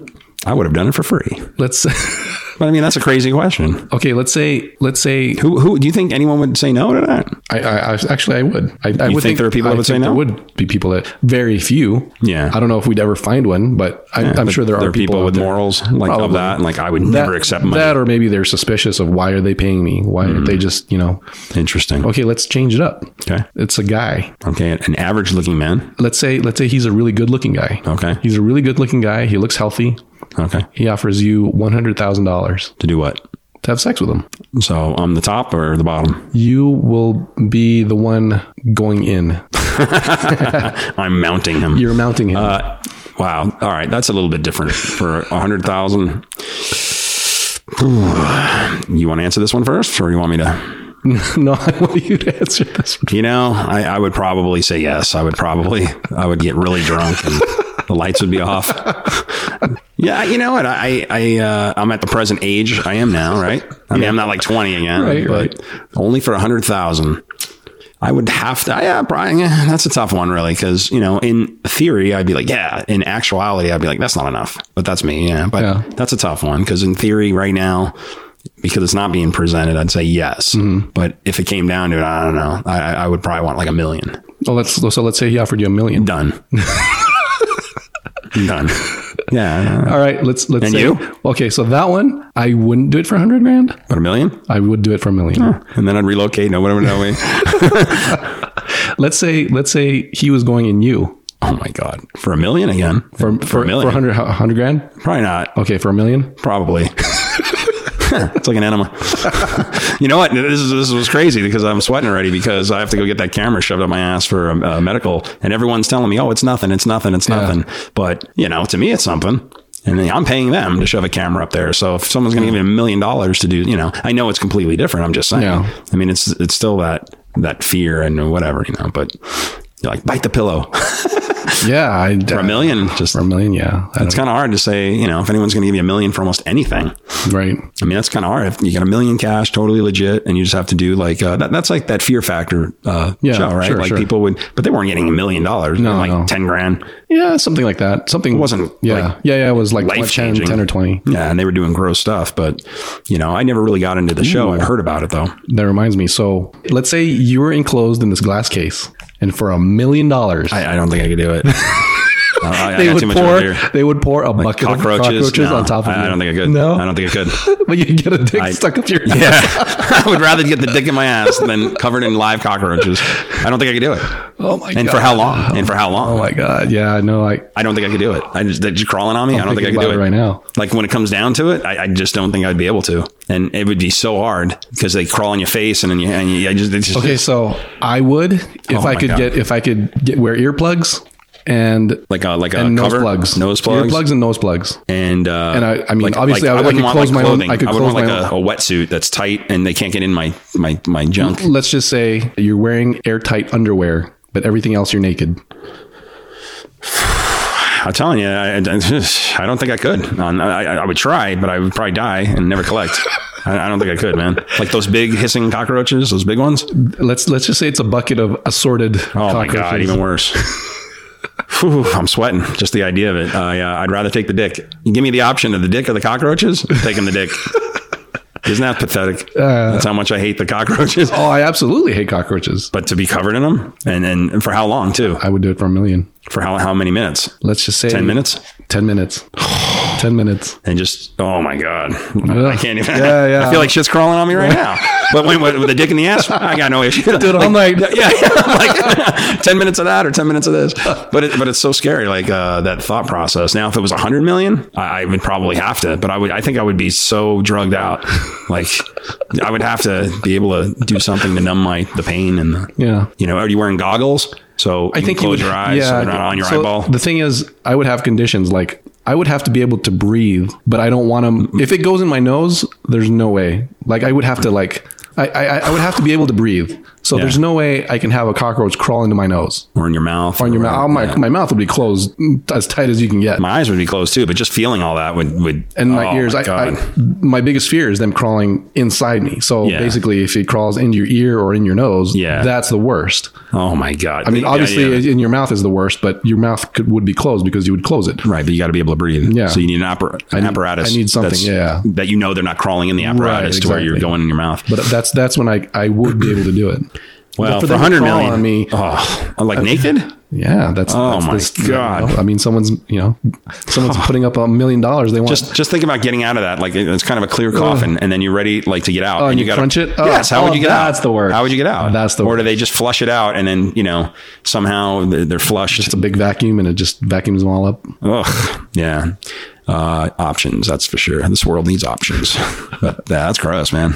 S2: I would have done it for free.
S3: Let's
S2: But I mean, that's a crazy question.
S3: okay. Let's say let's say
S2: Who, who do you think anyone would say no to that?
S3: I, I, I actually I would. I, I
S2: You
S3: would
S2: think there are people that
S3: I
S2: would say
S3: think
S2: no?
S3: There would be people that very few.
S2: Yeah.
S3: I don't know if we'd ever find one, but I, I'm sure there,
S2: there
S3: are people, out
S2: with
S3: there
S2: morals like of
S3: Probably.
S2: that. And like, I would never accept money.
S3: that, or maybe they're suspicious of why are they paying me? Why aren't they just you know?
S2: Interesting.
S3: Okay, let's change it up.
S2: Okay.
S3: It's a guy.
S2: Okay. An average looking man.
S3: Let's say let's say he's a really good looking guy.
S2: Okay.
S3: he's a really good looking guy. He looks healthy.
S2: Okay.
S3: He offers you one hundred thousand dollars
S2: To do what?
S3: to have sex with him.
S2: So I'm the top or the bottom?
S3: You will be the one going in.
S2: I'm mounting him.
S3: You're mounting him.
S2: uh, wow. All right. That's a little bit different for a hundred thousand. You want to answer this one first, or you want me to?
S3: no, I want you to answer this.
S2: You know, I, I would probably say yes. I would probably, I would get really drunk and the lights would be off. yeah, you know what? I, I, uh, I'm at the present age. I am now, right? I mean, I'm not like 20 again,
S3: Right,
S2: but only for a hundred thousand. I would have to. Yeah, probably, yeah, that's a tough one, really, because you know, in theory, I'd be like, yeah. In actuality, I'd be like, that's not enough. But that's me. Yeah, but
S3: Yeah.
S2: that's a tough one because in theory, right now, because it's not being presented, I'd say yes.
S3: Mm-hmm.
S2: But if it came down to it, I don't know. I, I I would probably want like a million.
S3: Well, let's so let's say he offered you a million.
S2: Done. Done. Yeah.
S3: All right, let's let's.
S2: And
S3: say,
S2: you?
S3: Okay, so that one I wouldn't do it for a hundred grand.
S2: But a million?
S3: I would do it for a million.
S2: And then I'd relocate. No one would know me.
S3: Let's say let's say he was going in you
S2: Oh my God. For a million again?
S3: for for
S2: a million?
S3: for a hundred a hundred grand.
S2: Probably not.
S3: Okay, for a million.
S2: Probably. it's like an enema. you know what? This is, this was crazy because I'm sweating already because I have to go get that camera shoved up my ass for a, a medical, and everyone's telling me, "Oh, it's nothing, it's nothing, it's nothing." But you know, to me, it's something. And then I'm paying them to shove a camera up there. So if someone's going to give me a million dollars to do, you know, I know it's completely different. I'm just saying.
S3: Yeah.
S2: I mean, it's it's still that that fear and whatever, you know. But you're like bite the pillow
S3: Yeah, I
S2: for a million. Just
S3: For a million. Yeah, I
S2: it's kind of hard to say. You know, if anyone's going to give you a million for almost anything,
S3: don't- right.
S2: I mean, that's kind of hard. If you got a million cash, totally legit, and you just have to do like uh, that, that's like that fear factor uh,
S3: Yeah,
S2: show, right?
S3: sure,
S2: like
S3: sure.
S2: people would, but they weren't getting a million dollars,
S3: No,
S2: like
S3: no.
S2: ten grand.
S3: Yeah, something like that. Something
S2: wasn't,
S3: Yeah,
S2: like,
S3: yeah, yeah. It was like what, 10,
S2: life-changing.
S3: 10 or twenty.
S2: Yeah, and they were doing gross stuff, but you know, I never really got into the show. I've heard about it though.
S3: That reminds me. So let's say you were enclosed in this glass case, and for a million dollars,
S2: I, I don't think I could do it. I, I
S3: they
S2: got
S3: would
S2: too much
S3: pour
S2: over here.
S3: they would pour a bucket
S2: Cockroaches,
S3: of cockroaches
S2: No,
S3: on top of
S2: I,
S3: you.
S2: I don't think I could.
S3: No,
S2: I don't think I could.
S3: but you get a dick stuck up your.
S2: Yeah, I would rather get the dick in my ass than covered in live cockroaches. I don't think I could do it.
S3: Oh my god!
S2: And for how long? And for how long?
S3: Oh my god! Yeah, I know. I
S2: I don't think I could do it. I just, they're just crawling on me. I don't think I
S3: thinking
S2: could do
S3: about
S2: it.
S3: it right now.
S2: Like when it comes down to it, I, I just don't think I'd be able to. And it would be so hard because they crawl on your face and then you, and you I just, it's just
S3: Okay, so I would if
S2: Oh my
S3: I could
S2: God.
S3: get if I could get wear earplugs and
S2: like a, like a
S3: and
S2: cover,
S3: nose plugs,
S2: nose plugs,
S3: earplugs and nose plugs.
S2: and, uh,
S3: And I- I mean, obviously, I- I
S2: wouldn't
S3: could
S2: want,
S3: close my own-
S2: clothing.
S3: I could
S2: would
S3: close
S2: want
S3: my
S2: like a, a wetsuit that's tight and they can't get in my, my, my junk.
S3: Let's just say you're wearing airtight underwear, but everything else you're naked.
S2: I'm telling you, I, I I don't think I could. I, I, I would try, but I would probably die and never collect. I, I don't think I could, man. Like those big hissing cockroaches, those big ones.
S3: Let's let's just say it's a bucket of assorted.
S2: Oh my god, even worse. Whew, I'm sweating just the idea of it. I, uh, I'd rather take the dick. You give me the option of the dick or the cockroaches. I'm taking the dick. Isn't that pathetic?
S3: Uh,
S2: That's how much I hate the cockroaches.
S3: Oh, I absolutely hate cockroaches.
S2: But to be covered in them, and and for how long too?
S3: I would do it for a million.
S2: For how how many minutes?
S3: Let's just say
S2: Ten minutes?
S3: Ten minutes. Ten minutes.
S2: And just oh my god, I
S3: Ugh.
S2: can't even.
S3: Yeah, yeah.
S2: I feel like shit's crawling on me right now. But when with, with the dick in the ass, I got no issue.
S3: Do it all night.
S2: yeah, like 10 minutes of that or 10 minutes of this but it, but it's so scary like uh, that thought process now if it was 100 million I, I would probably have to but i would i think i would be so drugged out like i would have to be able to do something to numb my the pain and the,
S3: Yeah.
S2: you know are you wearing goggles so
S3: I think
S2: you
S3: you
S2: close
S3: would,
S2: your eyes so they're not on your
S3: So
S2: eyeball
S3: The thing is, I would have conditions like I would have to be able to breathe, but I don't want
S2: Mm-hmm.
S3: to. If it goes in my nose, there's no way. Like I would have to like I I, I would have to be able to breathe. So there's no way I can have a cockroach crawl into my nose.
S2: or in your mouth
S3: On your mouth, my my mouth would be closed mm, as tight as you can get,
S2: my eyes would be closed too but just feeling all that would would
S3: and my
S2: oh
S3: ears. I,
S2: God.
S3: I my biggest fear is them crawling inside me. So
S2: Yeah.
S3: basically, if it crawls into your ear or in your nose,
S2: Yeah.
S3: that's the worst.
S2: oh my god
S3: I mean, obviously,
S2: yeah.
S3: in your mouth is the worst, but your mouth could, would be closed because you would close it.
S2: Right, but you got to be able to breathe.
S3: Yeah.
S2: So you need an, appar- an
S3: need-
S2: apparatus.
S3: I need something,
S2: that's-
S3: yeah.
S2: That you know they're not crawling in the apparatus
S3: Right,
S2: to where you're
S3: exactly.
S2: going in your mouth.
S3: But that's that's when I, I would be able to do it.
S2: well,
S3: for
S2: for,
S3: them to
S2: 100
S3: crawl
S2: million
S3: on me-
S2: oh, like naked?
S3: Yeah, that's
S2: Oh
S3: that's
S2: my God.
S3: I mean, someone's you know, someone's putting up a million dollars. They want
S2: Just just think about getting out of that. Like it- it's kind of a clear coffin, and then you're ready like to get out.
S3: Oh, and you
S2: gotta-
S3: crunch it? Oh,
S2: yes. How would
S3: oh,
S2: you get out?
S3: that's the worst.
S2: How would you get out?
S3: That's the
S2: Or do
S3: worst.
S2: they just flush it out and then you know somehow they're, they're flushed?
S3: a big vacuum and it just vacuums them all up.
S2: Ugh. Yeah. Uh, options, that's for sure. This world needs options. but that's gross, man.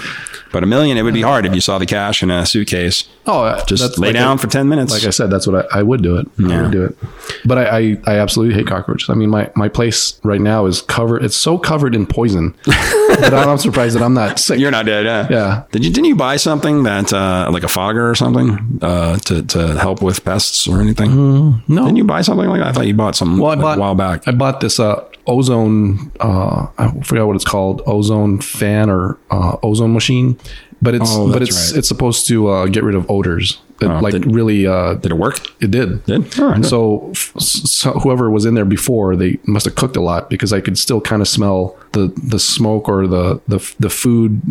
S2: But a million, it would be hard if you saw the cash in a suitcase.
S3: Oh,
S2: Just uh, lay down for 10 minutes.
S3: like I said, that's what I, I would do it. I
S2: Yeah.
S3: would do it. But I, I, I absolutely hate cockroaches. I mean, my, my place right now is covered. It's so covered in poison. but I'm, I'm surprised that I'm not sick.
S2: You're not dead, yeah.
S3: Yeah.
S2: Did you didn't you buy something that uh, like a fogger or something uh, to to help with pests or anything?
S3: Mm, no.
S2: Didn't you buy something like that? I thought you bought some
S3: Well, I
S2: like,
S3: bought
S2: a while back.
S3: I bought this uh, ozone. Uh, I forgot what it's called, ozone fan or uh, ozone machine. But it's
S2: Oh,
S3: but
S2: that's
S3: it's
S2: right.
S3: it's supposed to uh, get rid of odors. It,
S2: Oh,
S3: like
S2: did-
S3: really, uh,
S2: Did it work?
S3: it did.
S2: Did? All right.
S3: So, f- so whoever was in there before, they must have cooked a lot because I could still kind of smell the the smoke or the the the food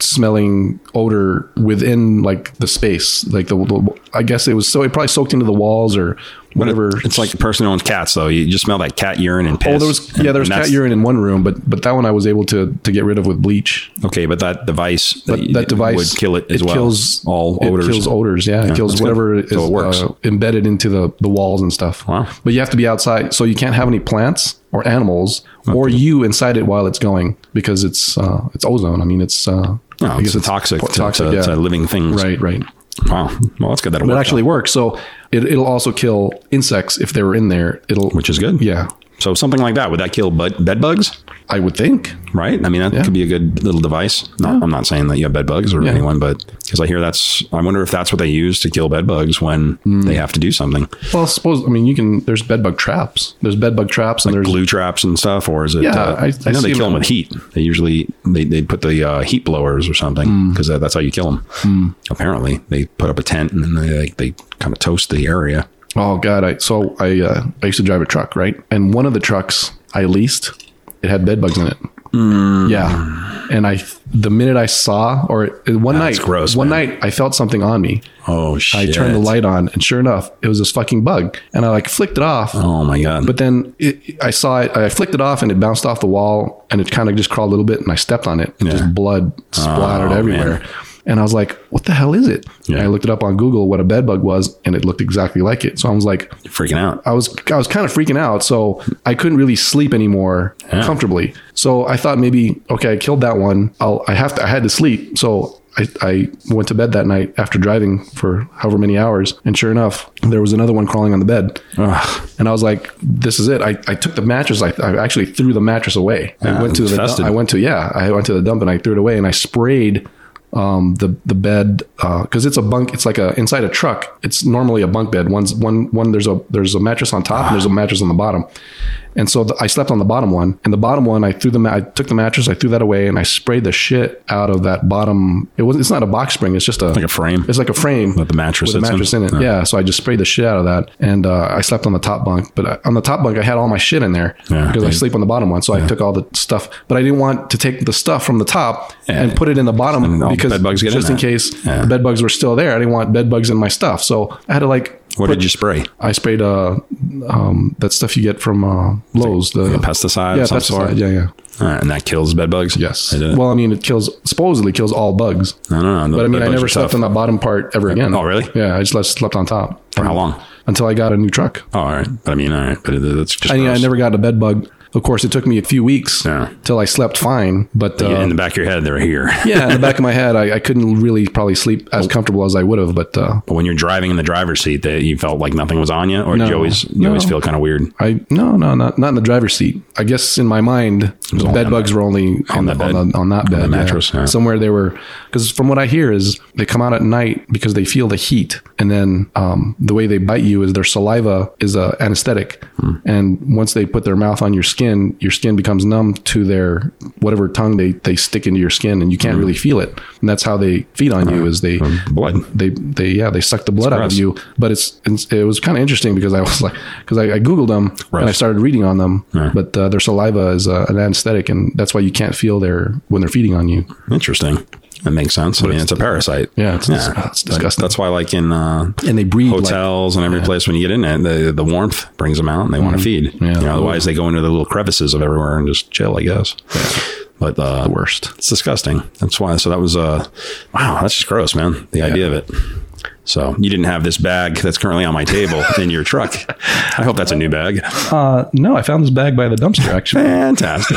S3: smelling odor within like the space. Like the, the I guess it was so it probably soaked into the walls or
S2: But it-
S3: whatever.
S2: it's like the person who owns cats, though. You just smell that cat urine and piss.
S3: Oh, there was
S2: and-
S3: yeah, there was
S2: and
S3: cat
S2: that's-
S3: urine in one room, but but that one I was able to to get rid of with bleach.
S2: Okay, but that device,
S3: But that device
S2: would kill it as well.
S3: Kills
S2: all odors.
S3: It kills odors. Yeah,
S2: Yeah,
S3: it kills
S2: that's good.
S3: whatever is
S2: So it works.
S3: uh, embedded into the the walls and stuff.
S2: Wow.
S3: But you have to be outside, so you can't have any plants or animals or you inside it while it's going because it's uh, it's ozone. I mean, it's uh,
S2: No,
S3: I guess
S2: Oh, it's, toxic, to-
S3: toxic.
S2: to,
S3: yeah.
S2: to living things.
S3: Right, right.
S2: Wow. Well, that's good that it
S3: But it
S2: worked
S3: actually works. So it, it'll also kill insects if they were in there. It'll,
S2: out, which is good.
S3: yeah,
S2: So something like that would that kill bud, bed bugs?
S3: I would think.
S2: Right. I mean, that could be a good little device. No, I'm not saying that you have bed bugs or anyone, but because I hear that's, I wonder if that's what they use to kill bed bugs when
S3: Hmm.
S2: they have to do something,
S3: Well, I suppose I mean you can. There's bed bug traps. There's bed bug traps, and there's
S2: glue traps and stuff, or is it?
S3: Yeah,
S2: uh,
S3: I-
S2: I,
S3: I
S2: know
S3: see
S2: they kill them
S3: them.
S2: with heat. They usually they they put the uh, heat blowers or
S3: Hmm.
S2: something because that, that's how you kill them. Apparently, they put up a tent and then they like, they kind of toast the area.
S3: Oh God! I so I uh, I used to drive a truck, right? And one of the trucks I leased, it had bed bugs in it.
S2: Hmm.
S3: Yeah, and I the minute I saw or it, one
S2: That's
S3: night,
S2: gross,
S3: one
S2: man.
S3: night I felt something on me.
S2: Oh shit!
S3: I turned the light on, and sure enough, it was this fucking bug, and I like flicked it off.
S2: Oh my god!
S3: But then it, I saw it. I flicked it off, and it bounced off the wall, and it kind of just crawled a little bit. And I stepped on it, and just blood
S2: Oh,
S3: splattered
S2: man.
S3: everywhere. And I was like, "What the hell is it?" And
S2: Yeah.
S3: I looked it up on Google what a bed bug was, and it looked exactly like it. So I was like,
S2: You're freaking out.
S3: I was I was kind of freaking out, so I couldn't really sleep anymore comfortably. So I thought maybe okay, I killed that one. I'll I have to I had to sleep, so. I, I went to bed that night after driving for however many hours, and sure enough, there was another one crawling on the bed.
S2: Ugh.
S3: And I was like, "This is it." I, I took the mattress. I, I actually threw the mattress away. I
S2: Ah,
S3: went to the
S2: infested.
S3: I went to yeah. I went to the dump and I threw it away. And I sprayed um, the the bed because it's a bunk. It's like a inside a truck. It's normally a bunk bed. One's one one. There's a there's a mattress on top. and There's a mattress on the bottom. And so the, I slept on the bottom one. And the bottom one, I threw the ma- I took the mattress. I threw that away and I sprayed the shit out of that bottom. It wasn't. It's not a box spring. It's just a
S2: Like a frame.
S3: It's like a frame
S2: With the mattress
S3: with a
S2: that's in-
S3: mattress in it.
S2: Yeah.
S3: Yeah. Yeah, so I just sprayed the shit out of that, and uh, I slept on the top bunk. But I, on the top bunk, I had all my shit in there
S2: Yeah,
S3: because I
S2: they-
S3: sleep on the bottom one. So I took all the stuff, but I didn't want to take the stuff from the top
S2: Yeah.
S3: and put it in the bottom
S2: And all the
S3: because
S2: bed bugs get in
S3: just in,
S2: that.
S3: case
S2: Yeah.
S3: the bed bugs were still there. I didn't want bed bugs in my stuff, so I had to like.
S2: What
S3: put-
S2: did you spray?
S3: I sprayed uh, um, that stuff you get from uh, Lowe's, the
S2: pesticide
S3: yeah,
S2: of some sort?
S3: pesticide, yeah, yeah,
S2: All right, and that kills bed bugs.
S3: yes.
S2: I, did.
S3: Well, I mean, it kills supposedly kills all bugs,
S2: I don't know.
S3: but I mean, I never slept on that bottom part ever again.
S2: Oh, really?
S3: Yeah, I just left- slept on top
S2: for how long?
S3: until I got a new truck.
S2: Oh, all right. But I mean, all right. But it, it's just
S3: I mean, I
S2: gross.
S3: never got a bed bug. Of course, it took me a few weeks
S2: Yeah.
S3: till I slept fine. But uh,
S2: Yeah,
S3: yeah,
S2: in the back of your head, they're here.
S3: in the back of my head, I, I couldn't really probably sleep as comfortable as I would have. But uh,
S2: But when you're driving in the driver's seat, that you felt like nothing was on you, or did
S3: No.
S2: you always you always
S3: No.
S2: feel kind of weird
S3: I no, no, not not in the driver's seat. I guess in my mind,
S2: only
S3: bed
S2: on
S3: bugs were only on,
S2: that
S3: the,
S2: bed.
S3: on, the, on that bed yeah.
S2: mattress, yeah.
S3: somewhere they were. Because from what I hear is they come out at night because they feel the heat, and then um, the way they bite you is their saliva is a anesthetic, and once they put their mouth on your skin, your skin becomes numb to their whatever tongue they they stick into your skin, and you can't really feel it. And that's how they feed on you is they
S2: blood?
S3: they they yeah they suck the blood out of
S2: gross.
S3: you but it's it's- it was kind of interesting because i was like because I, I googled them and i
S2: Gross.
S3: started reading on them but uh, their saliva is uh, an anesthetic and that's why you can't feel their when they're feeding on you
S2: Interesting. That makes sense. I mean, it's a parasite.
S3: yeah it's, it's- it's
S2: That-
S3: disgusting
S2: That's why, like in uh,
S3: and they breathe like
S2: hotels and every place, when you get in it, the, the warmth brings them out, and they
S3: Mm-hmm.
S2: want to feed. You know, otherwise, they go into the little crevices of everywhere and just chill, I guess. But uh,
S3: the worst
S2: it's disgusting. That's why. So that was uh, wow. That's just gross, man. The idea of it. So you didn't have this bag that's currently on my table in your truck. I hope that's a new bag.
S3: uh, no i found this bag by the dumpster actually
S2: Fantastic.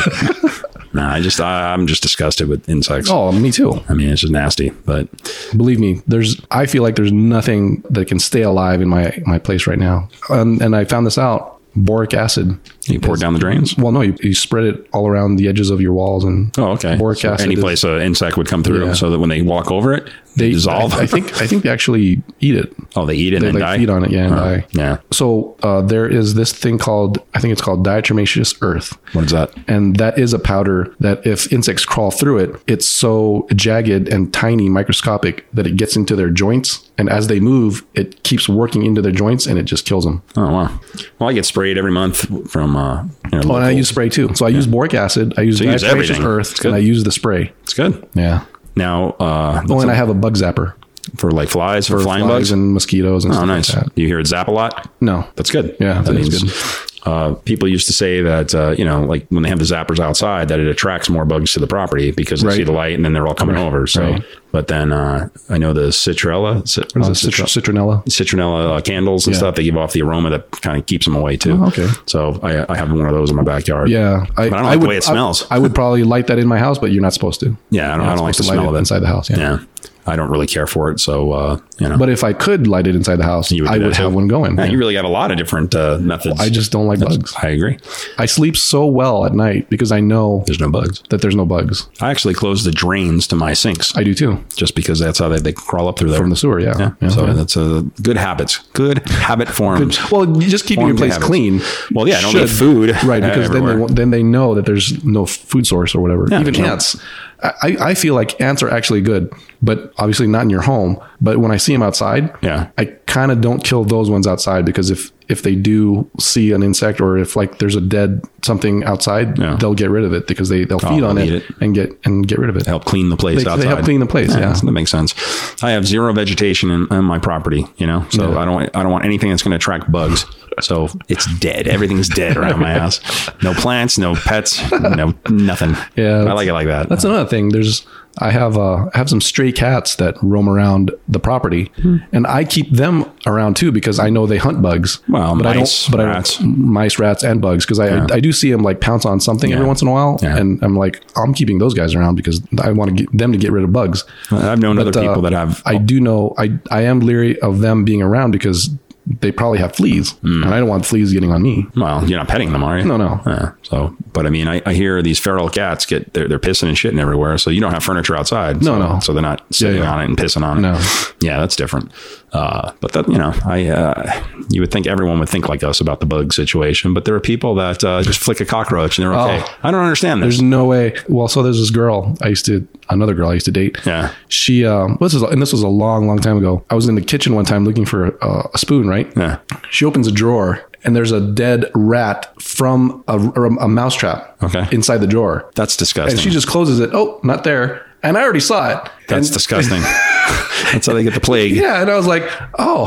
S2: nah, I just I, I'm just disgusted with insects.
S3: oh me too
S2: I mean, it's just nasty. But
S3: believe me there's i feel like there's nothing that can stay alive in my my place right now and, and i found this out boric acid
S2: you pour it down the drains.
S3: well no you, you spread it all around the edges of your walls and
S2: Oh, okay.
S3: Boric
S2: So
S3: acid
S2: any
S3: is-
S2: place an insect would come through,
S3: Yeah.
S2: so that when they walk over it,
S3: They
S2: dissolve.
S3: I, I think I think they actually eat it.
S2: oh, they eat it
S3: They
S2: and
S3: like
S2: die.
S3: feed on it, yeah, and
S2: Oh,
S3: die.
S2: yeah.
S3: So uh, there is this thing called I think it's called diatomaceous earth.
S2: What is that?
S3: And that is a powder that if insects crawl through it, it's so jagged and tiny, microscopic that it gets into their joints. And as they move, it keeps working into their joints and it just kills them.
S2: Oh wow. Well, I get sprayed every month from. Uh, you know,
S3: Oh, and I
S2: local-
S3: use spray too. So I use boric acid, I use
S2: you use
S3: diatomaceous
S2: everything. It's
S3: earth,
S2: good.
S3: and I use the spray.
S2: It's good.
S3: Yeah.
S2: Now, uh,
S3: Oh, and I have a bug zapper
S2: for like flies, for, flying
S3: flies
S2: bugs.
S3: and mosquitoes and
S2: oh,
S3: stuff
S2: nice.
S3: like that.
S2: You hear it zap a lot.
S3: No,
S2: That's good.
S3: Yeah,
S2: that
S3: that is
S2: means. Uh, people used to say that uh, you know, like when they have the zappers outside, that it attracts more bugs to the property because they
S3: Right.
S2: see the light and then they're all coming over. So,
S3: right.
S2: but then uh, I know the citrella, cit-
S3: what
S2: uh,
S3: is it? Citr- citronella.
S2: citronella uh, candles and
S3: Yeah.
S2: stuff. They give off the aroma that kind of keeps them away too.
S3: Oh, okay.
S2: So I, I have one of those in my backyard.
S3: Yeah,
S2: But I don't like the way it smells.
S3: I, would probably light that in my house, but you're not supposed to.
S2: Yeah, I don't, I
S3: You're not
S2: don't like the
S3: supposed to light
S2: smell
S3: it
S2: of it.
S3: inside the house. Yeah.
S2: Yeah. I don't really care for it. So, uh, you know,
S3: but if I could light it inside the house,
S2: You would do
S3: I
S2: that
S3: would
S2: too.
S3: have one going.
S2: yeah,
S3: Yeah.
S2: you really got a lot of different uh, methods.
S3: I just don't like bugs.
S2: I agree.
S3: I sleep so well at night because I know
S2: There's no bugs.
S3: that there's no bugs.
S2: I actually close the drains to my sinks
S3: I do too
S2: just because that's how they, they crawl up through there.
S3: from the sewer. Yeah.
S2: yeah.
S3: Yeah.
S2: So that's a good habits. Good habit forms.
S3: well, you just keeping
S2: Form
S3: your
S2: the
S3: place
S2: habits.
S3: clean.
S2: Well, yeah, I don't need
S3: should-
S2: food
S3: right? Because then they,
S2: everywhere.
S3: won't- then they know that there's no food source or whatever.
S2: Yeah,
S3: Even
S2: sure.
S3: ants, I, I feel like ants are actually good, but obviously not in your home. But when I see them outside,
S2: Yeah.
S3: I kind of don't kill those ones outside because if if they do see an insect or if like there's a dead something outside,
S2: Yeah. Oh,
S3: they'll get rid of it because they they'll feed
S2: they'll
S3: on it,
S2: eat it.
S3: and get and get rid of it.
S2: help clean the place
S3: They- they
S2: outside.
S3: help clean the place, yeah.
S2: that makes sense. I have zero vegetation in, on my property, you know, so I don't I don't want anything that's going to attract bugs. So it's dead. Everything's dead around my house. No plants, no pets, no nothing.
S3: Yeah,
S2: I like it like that.
S3: That's another thing. There's I have uh, I have some stray cats that roam around the property, and I keep them around too because I know they hunt bugs.
S2: Well,
S3: but
S2: mice,
S3: I don't. But
S2: rats.
S3: I mice, rats, and bugs because I I do see them like pounce on something every once in a while,
S2: Yeah.
S3: and I'm like I'm keeping those guys around because I want to get them to get rid of bugs.
S2: I've known other
S3: But, uh,
S2: people that have.
S3: I do know I I am leery of them being around because they probably have fleas,
S2: Hmm.
S3: and I don't want fleas getting on me.
S2: Well, you're not petting them, are you?
S3: No, no.
S2: Yeah, so, but I mean, I, I hear these feral cats get they're, they're pissing and shitting everywhere. So you don't have furniture outside.
S3: No,
S2: so,
S3: no.
S2: So they're not sitting
S3: yeah.
S2: on it and pissing on it.
S3: No.
S2: Yeah, that's different. Uh, but that you know, I uh, you would think everyone would think like us about the bug situation, but there are people that uh, just flick a cockroach and they're okay.
S3: Oh.
S2: I don't understand this.
S3: There's no way. Well, so there's this girl I used to, another girl I used to date.
S2: Yeah.
S3: She, um, this is, and this was a long, long time ago. I was in the kitchen one time looking for a, a spoon, right?
S2: Yeah.
S3: She opens a drawer and there's a dead rat from a, or a, a mouse trap
S2: Okay.
S3: inside the drawer.
S2: That's disgusting.
S3: And she just closes it. Oh, not there. And I already saw it.
S2: that's
S3: and,
S2: disgusting. that's how they get the plague.
S3: yeah. And I was like, oh,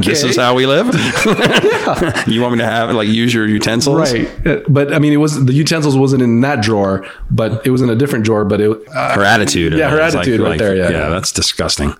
S2: This is how we live. You want me to have like use your utensils?
S3: Right, Uh, but I mean, it was the utensils wasn't in that drawer, but it was in a different drawer. But it, uh,
S2: her attitude.
S3: Yeah, her
S2: It's
S3: attitude right there, yeah.
S2: that's disgusting.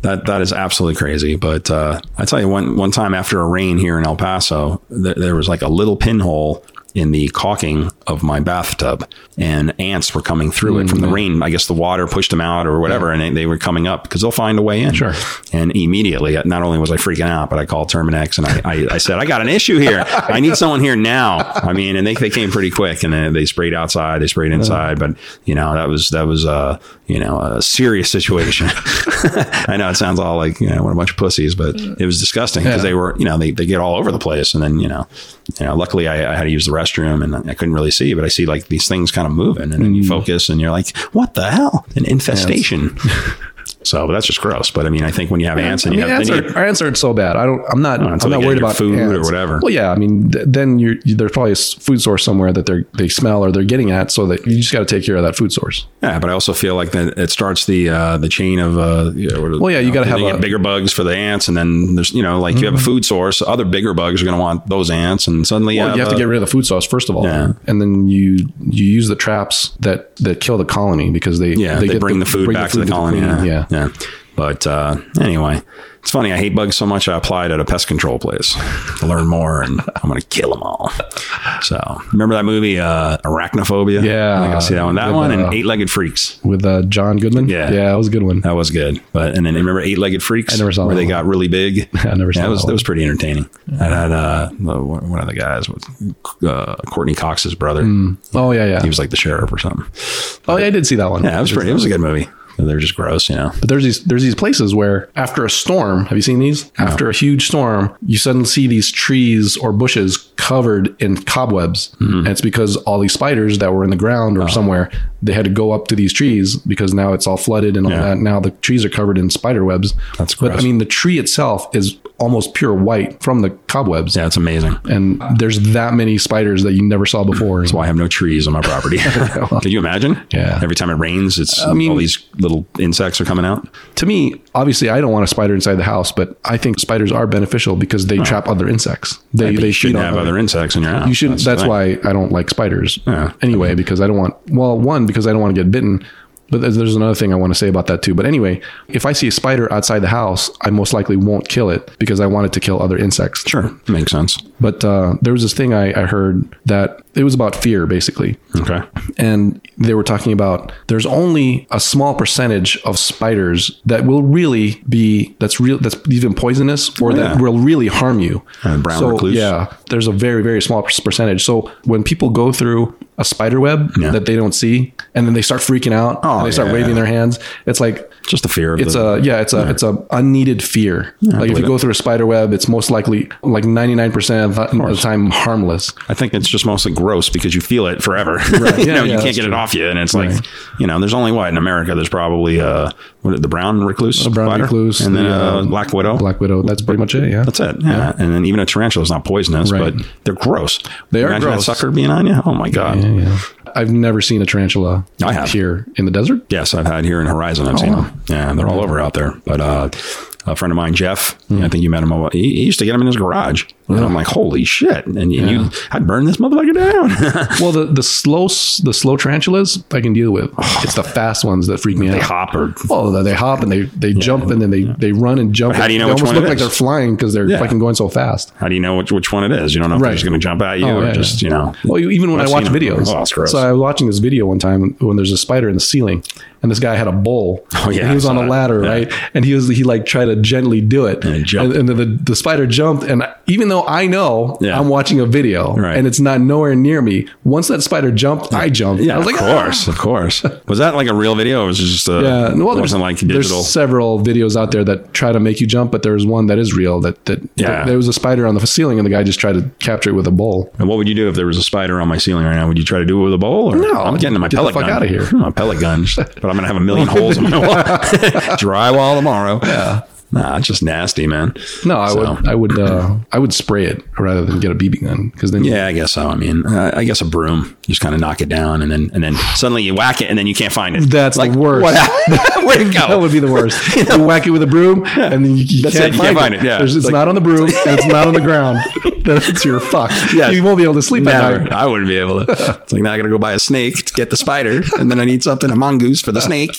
S2: That that is absolutely crazy. But uh, I tell you, one one time after a rain here in El Paso, th- there was like a little pinhole in the caulking of my bathtub, and ants were coming through it
S3: Mm.
S2: from the rain. I guess the water pushed them out or whatever, and they, they were coming up because they'll find a way in.
S3: Sure.
S2: And immediately, not only was I freaking out, but I called Terminex and I, I, I said, I got an issue here. I need someone here now. I mean, and they, they came pretty quick and then they sprayed outside, they sprayed inside. But, you know, that was, that was, uh, you know, a serious situation. I know it sounds all like, you know, what a bunch of pussies, but it was disgusting because they were, you know, they, they get all over the place. And then, you know, you know, luckily I, I had to use the restroom and I couldn't really see, but I see like these things kind of moving and then
S3: Mm.
S2: you focus and you're like, what the hell? An infestation. So, but that's just gross. But I mean, I think when you have ants and you
S3: I mean,
S2: have,
S3: ants
S2: then you Oh,
S3: aren't- our ants aren't so bad. I don't. I'm not.
S2: until
S3: I'm
S2: they
S3: not
S2: get
S3: worried
S2: your
S3: about
S2: food or
S3: ants.
S2: whatever.
S3: Well, yeah. I mean, th- then you're you, there's probably a s- food source somewhere that they're they smell or they're getting at, so that you just got to take care of that food source.
S2: yeah, but I also feel like that it starts the uh, the chain of uh, you know,
S3: Well, yeah, you gotta
S2: they
S3: have
S2: get
S3: a- Mm-hmm.
S2: bigger bugs for the ants, and then there's you know like you have a food source, other bigger bugs are going to want those ants, and suddenly uh,
S3: Well, you have to
S2: a-
S3: get rid of the food source first of all,
S2: Yeah.
S3: and then you you use the traps that that kill the colony because they
S2: yeah they,
S3: get
S2: bring the, food
S3: bring
S2: back to the colony. yeah, yeah. But uh, anyway, it's funny. I hate bugs so much. I applied at a pest control place to learn more, and I'm going to kill them all. So remember that movie uh, Arachnophobia?
S3: Yeah.
S2: I got to see that one. That
S3: With,
S2: one
S3: uh,
S2: and Eight Legged Freaks.
S3: with uh, John Goodman.
S2: Yeah.
S3: yeah, that was a good one.
S2: That was good. But and then remember Eight Legged Freaks?
S3: I never saw
S2: where
S3: that
S2: they
S3: one.
S2: got really big.
S3: I never saw
S2: that. Was, that
S3: that one.
S2: was pretty entertaining. I had uh, the- one of the guys was uh, Courtney Cox's brother.
S3: Oh yeah, yeah.
S2: He was like the sheriff or something.
S3: oh yeah, I did see that one.
S2: Yeah, it was pretty. It was a good movie. They're just gross, you know.
S3: But there's these there's these places where after a storm, have you seen these? After a huge storm, you suddenly see these trees or bushes covered in cobwebs,
S2: Mm-hmm.
S3: and it's because all these spiders that were in the ground
S2: Oh.
S3: or somewhere they had to go up to these trees because now it's all flooded and all
S2: Yeah.
S3: that. Now the trees are covered in spider webs.
S2: That's
S3: But
S2: gross.
S3: I mean, the tree itself is almost pure white from the cobwebs.
S2: Yeah, it's amazing. That's
S3: And there's that many spiders that you never saw before.
S2: why I have no trees on my property. Can you imagine?
S3: Yeah.
S2: Every time it rains, it's
S3: mean-
S2: all these little insects are coming out.
S3: to me, obviously, I don't want a spider inside the house, but I think spiders are beneficial because they trap other insects. They
S2: But
S3: they
S2: you shouldn't have other
S3: insects.
S2: insects in your house.
S3: You shouldn't.
S2: the
S3: That's,
S2: thing.
S3: why I don't like spiders.
S2: Yeah.
S3: Anyway, because I don't want. Well, one because I don't want to get bitten. But there's- there's another thing I want to say about that too. But anyway, if I see a spider outside the house, I most likely won't kill it because I want it to kill other insects.
S2: Sure, makes sense.
S3: But uh, there was this thing I, I heard that it was about fear, basically
S2: Okay.
S3: and they were talking about there's only a small percentage of spiders that will really be that's real that's even poisonous or that
S2: Yeah.
S3: will really harm you.
S2: Uh, brown
S3: so,
S2: recluse.
S3: Yeah, there's a very very small per- percentage. So when people go through a spider web
S2: Yeah.
S3: that they don't see and then they start freaking out
S2: Oh,
S3: and they start
S2: yeah.
S3: waving their hands, it's like
S2: Just the fear of
S3: it's
S2: the,
S3: a yeah it's a it's a unneeded fear like if you
S2: believe
S3: go through a spider web it's most likely like 99% of the- of the time harmless
S2: I think it's just mostly gross because you feel it forever. you
S3: Yeah,
S2: know,
S3: yeah,
S2: you
S3: that's
S2: can't get it
S3: true.
S2: off you, and it's like you know, there's only what in America. There's probably uh, what, the brown recluse,
S3: brown
S2: spider,
S3: recluse,
S2: and then
S3: the,
S2: uh,
S3: uh,
S2: black widow.
S3: black widow that's pretty much it yeah
S2: That's it. Yeah. and then even a tarantula is not poisonous,
S3: Right.
S2: but they're gross.
S3: They are
S2: Imagine
S3: gross.
S2: That sucker being on you. Oh my god.
S3: I've never seen a tarantula
S2: I have.
S3: here in the desert.
S2: Yes, I've had here in Horizon. I've seen
S3: Oh, wow.
S2: them. Yeah, they're all over out there. But uh, a friend of mine, Jeff,
S3: Hmm.
S2: I think you met him. A while, he, he used to get them in his garage. And I'm like, holy shit! And, and you, I'd burn this motherfucker down.
S3: Well, the the slow s- the slow tarantulas I can deal with. It's the fast ones that freak me
S2: they
S3: out.
S2: hop or
S3: Oh, they hop and they, they jump and then they, they run and jump.
S2: But how do you know
S3: they
S2: which
S3: almost
S2: one
S3: look
S2: it
S3: like
S2: is?
S3: they're flying because they're
S2: Yeah.
S3: fucking going so fast.
S2: How do you know which, which one it is? You don't know if
S3: Right. Oh,
S2: they're just going to jump at you or
S3: yeah,
S2: just, you know.
S3: Well, you- even when
S2: I've
S3: I watch
S2: seen them.
S3: videos.
S2: Oh, it's gross.
S3: So I was watching this video one time when there's a spider in the ceiling, and this guy had a bowl.
S2: Oh, yeah,
S3: And he
S2: I
S3: was on
S2: saw
S3: a
S2: that.
S3: ladder,
S2: Yeah.
S3: right? And he was he like tried to gently do it,
S2: And it
S3: and,
S2: jumped.
S3: and then the, the spider jumped. And I- even though I know
S2: Yeah.
S3: I'm watching a video,
S2: Right.
S3: and it's not nowhere near me, once that spider jumped, I jumped.
S2: yeah,
S3: I was like,
S2: of
S3: "Ah!"
S2: course, of course. Was that like a real video or was it just a,
S3: Yeah, well,
S2: it
S3: there's,
S2: wasn't like
S3: there's
S2: digital?
S3: several videos out there that try to make you jump, but there's one that is real. That that
S2: Yeah.
S3: there was a spider on the ceiling, and the guy just tried to capture it with a bowl.
S2: And what would you do if there was a spider on my ceiling right now? Would you try to do it with a bowl? Or?
S3: No.
S2: I'm getting to my
S3: Get the
S2: pellet
S3: fuck
S2: gun.
S3: outta here.
S2: My pellet gun. But I'm going to have a million holes in my wall. Drywall tomorrow. Yeah. Nah, it's just nasty, man.
S3: No, I
S2: So-
S3: would, I would, uh, I would spray it rather than get a BB gun because then,
S2: Yeah, I guess so. I mean, uh, I guess a broom. You just kind of knock it down, and then and then suddenly you whack it, and then you can't find it.
S3: That's the worst.
S2: What? Where'd it go?
S3: that would be the worst. You whack it with a broom, and then you, you
S2: That's
S3: can't,
S2: it, you
S3: find
S2: can't find it, yeah.
S3: There's- it's
S2: Like-
S3: not on the broom, and it's not on the ground. That's your fuck.
S2: Yes.
S3: you won't be able to sleep at
S2: Never.
S3: night.
S2: I wouldn't be able to. It's like now I got to go buy a snake to get the spider, and then I need something a mongoose for the snake.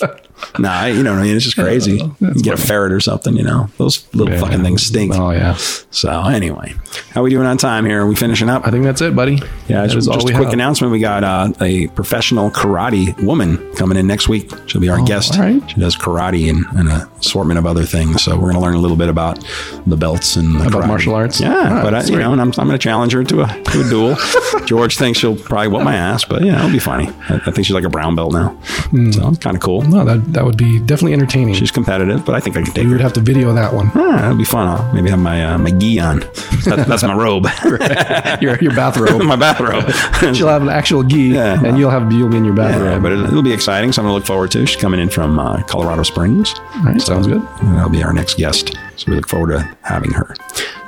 S2: Nah, I- you know what I mean. It's just crazy. You get a ferret or something. You know those little
S3: Yeah.
S2: fucking things stink.
S3: Oh yeah,
S2: So anyway, how we doing on time here? Are we finishing up?
S3: I think that's it, buddy.
S2: Yeah,
S3: that
S2: just,
S3: is all
S2: just
S3: we
S2: a quick
S3: have.
S2: announcement. We got uh, a professional karate woman coming in next week. She'll be our guest.
S3: Oh, all right.
S2: She does karate and, and an assortment of other things. So we're going to learn a little bit about the belts and the
S3: About
S2: karate.
S3: martial arts?
S2: Yeah,
S3: All right,
S2: but I, you
S3: sweet.
S2: know, and I'm, I'm going to challenge her to a, to a duel. George thinks she'll probably whoop my ass, but yeah, it'll be funny. I, I think she's like a brown belt now,
S3: Hmm.
S2: so it's kind of cool.
S3: No, that that would be definitely entertaining.
S2: She's competitive, but I think I can take
S3: we
S2: her.
S3: would have to video that one.
S2: Ah, it'll be fun. I'll maybe have my uh, my gi on. That, that's my robe,
S3: Your your bathrobe.
S2: my bathrobe.
S3: She'll have an actual gi,
S2: Yeah.
S3: and you'll have you'll be in your
S2: Yeah,
S3: bathrobe.
S2: but it, it'll be exciting. Something to look forward to. She's coming in from uh, Colorado Springs.
S3: all right, sounds good.
S2: And that'll be our next guest. So we look forward to having her.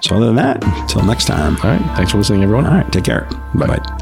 S2: So, other than that, until next time.
S3: All right, thanks for listening, everyone.
S2: All right. Take care. Bye bye.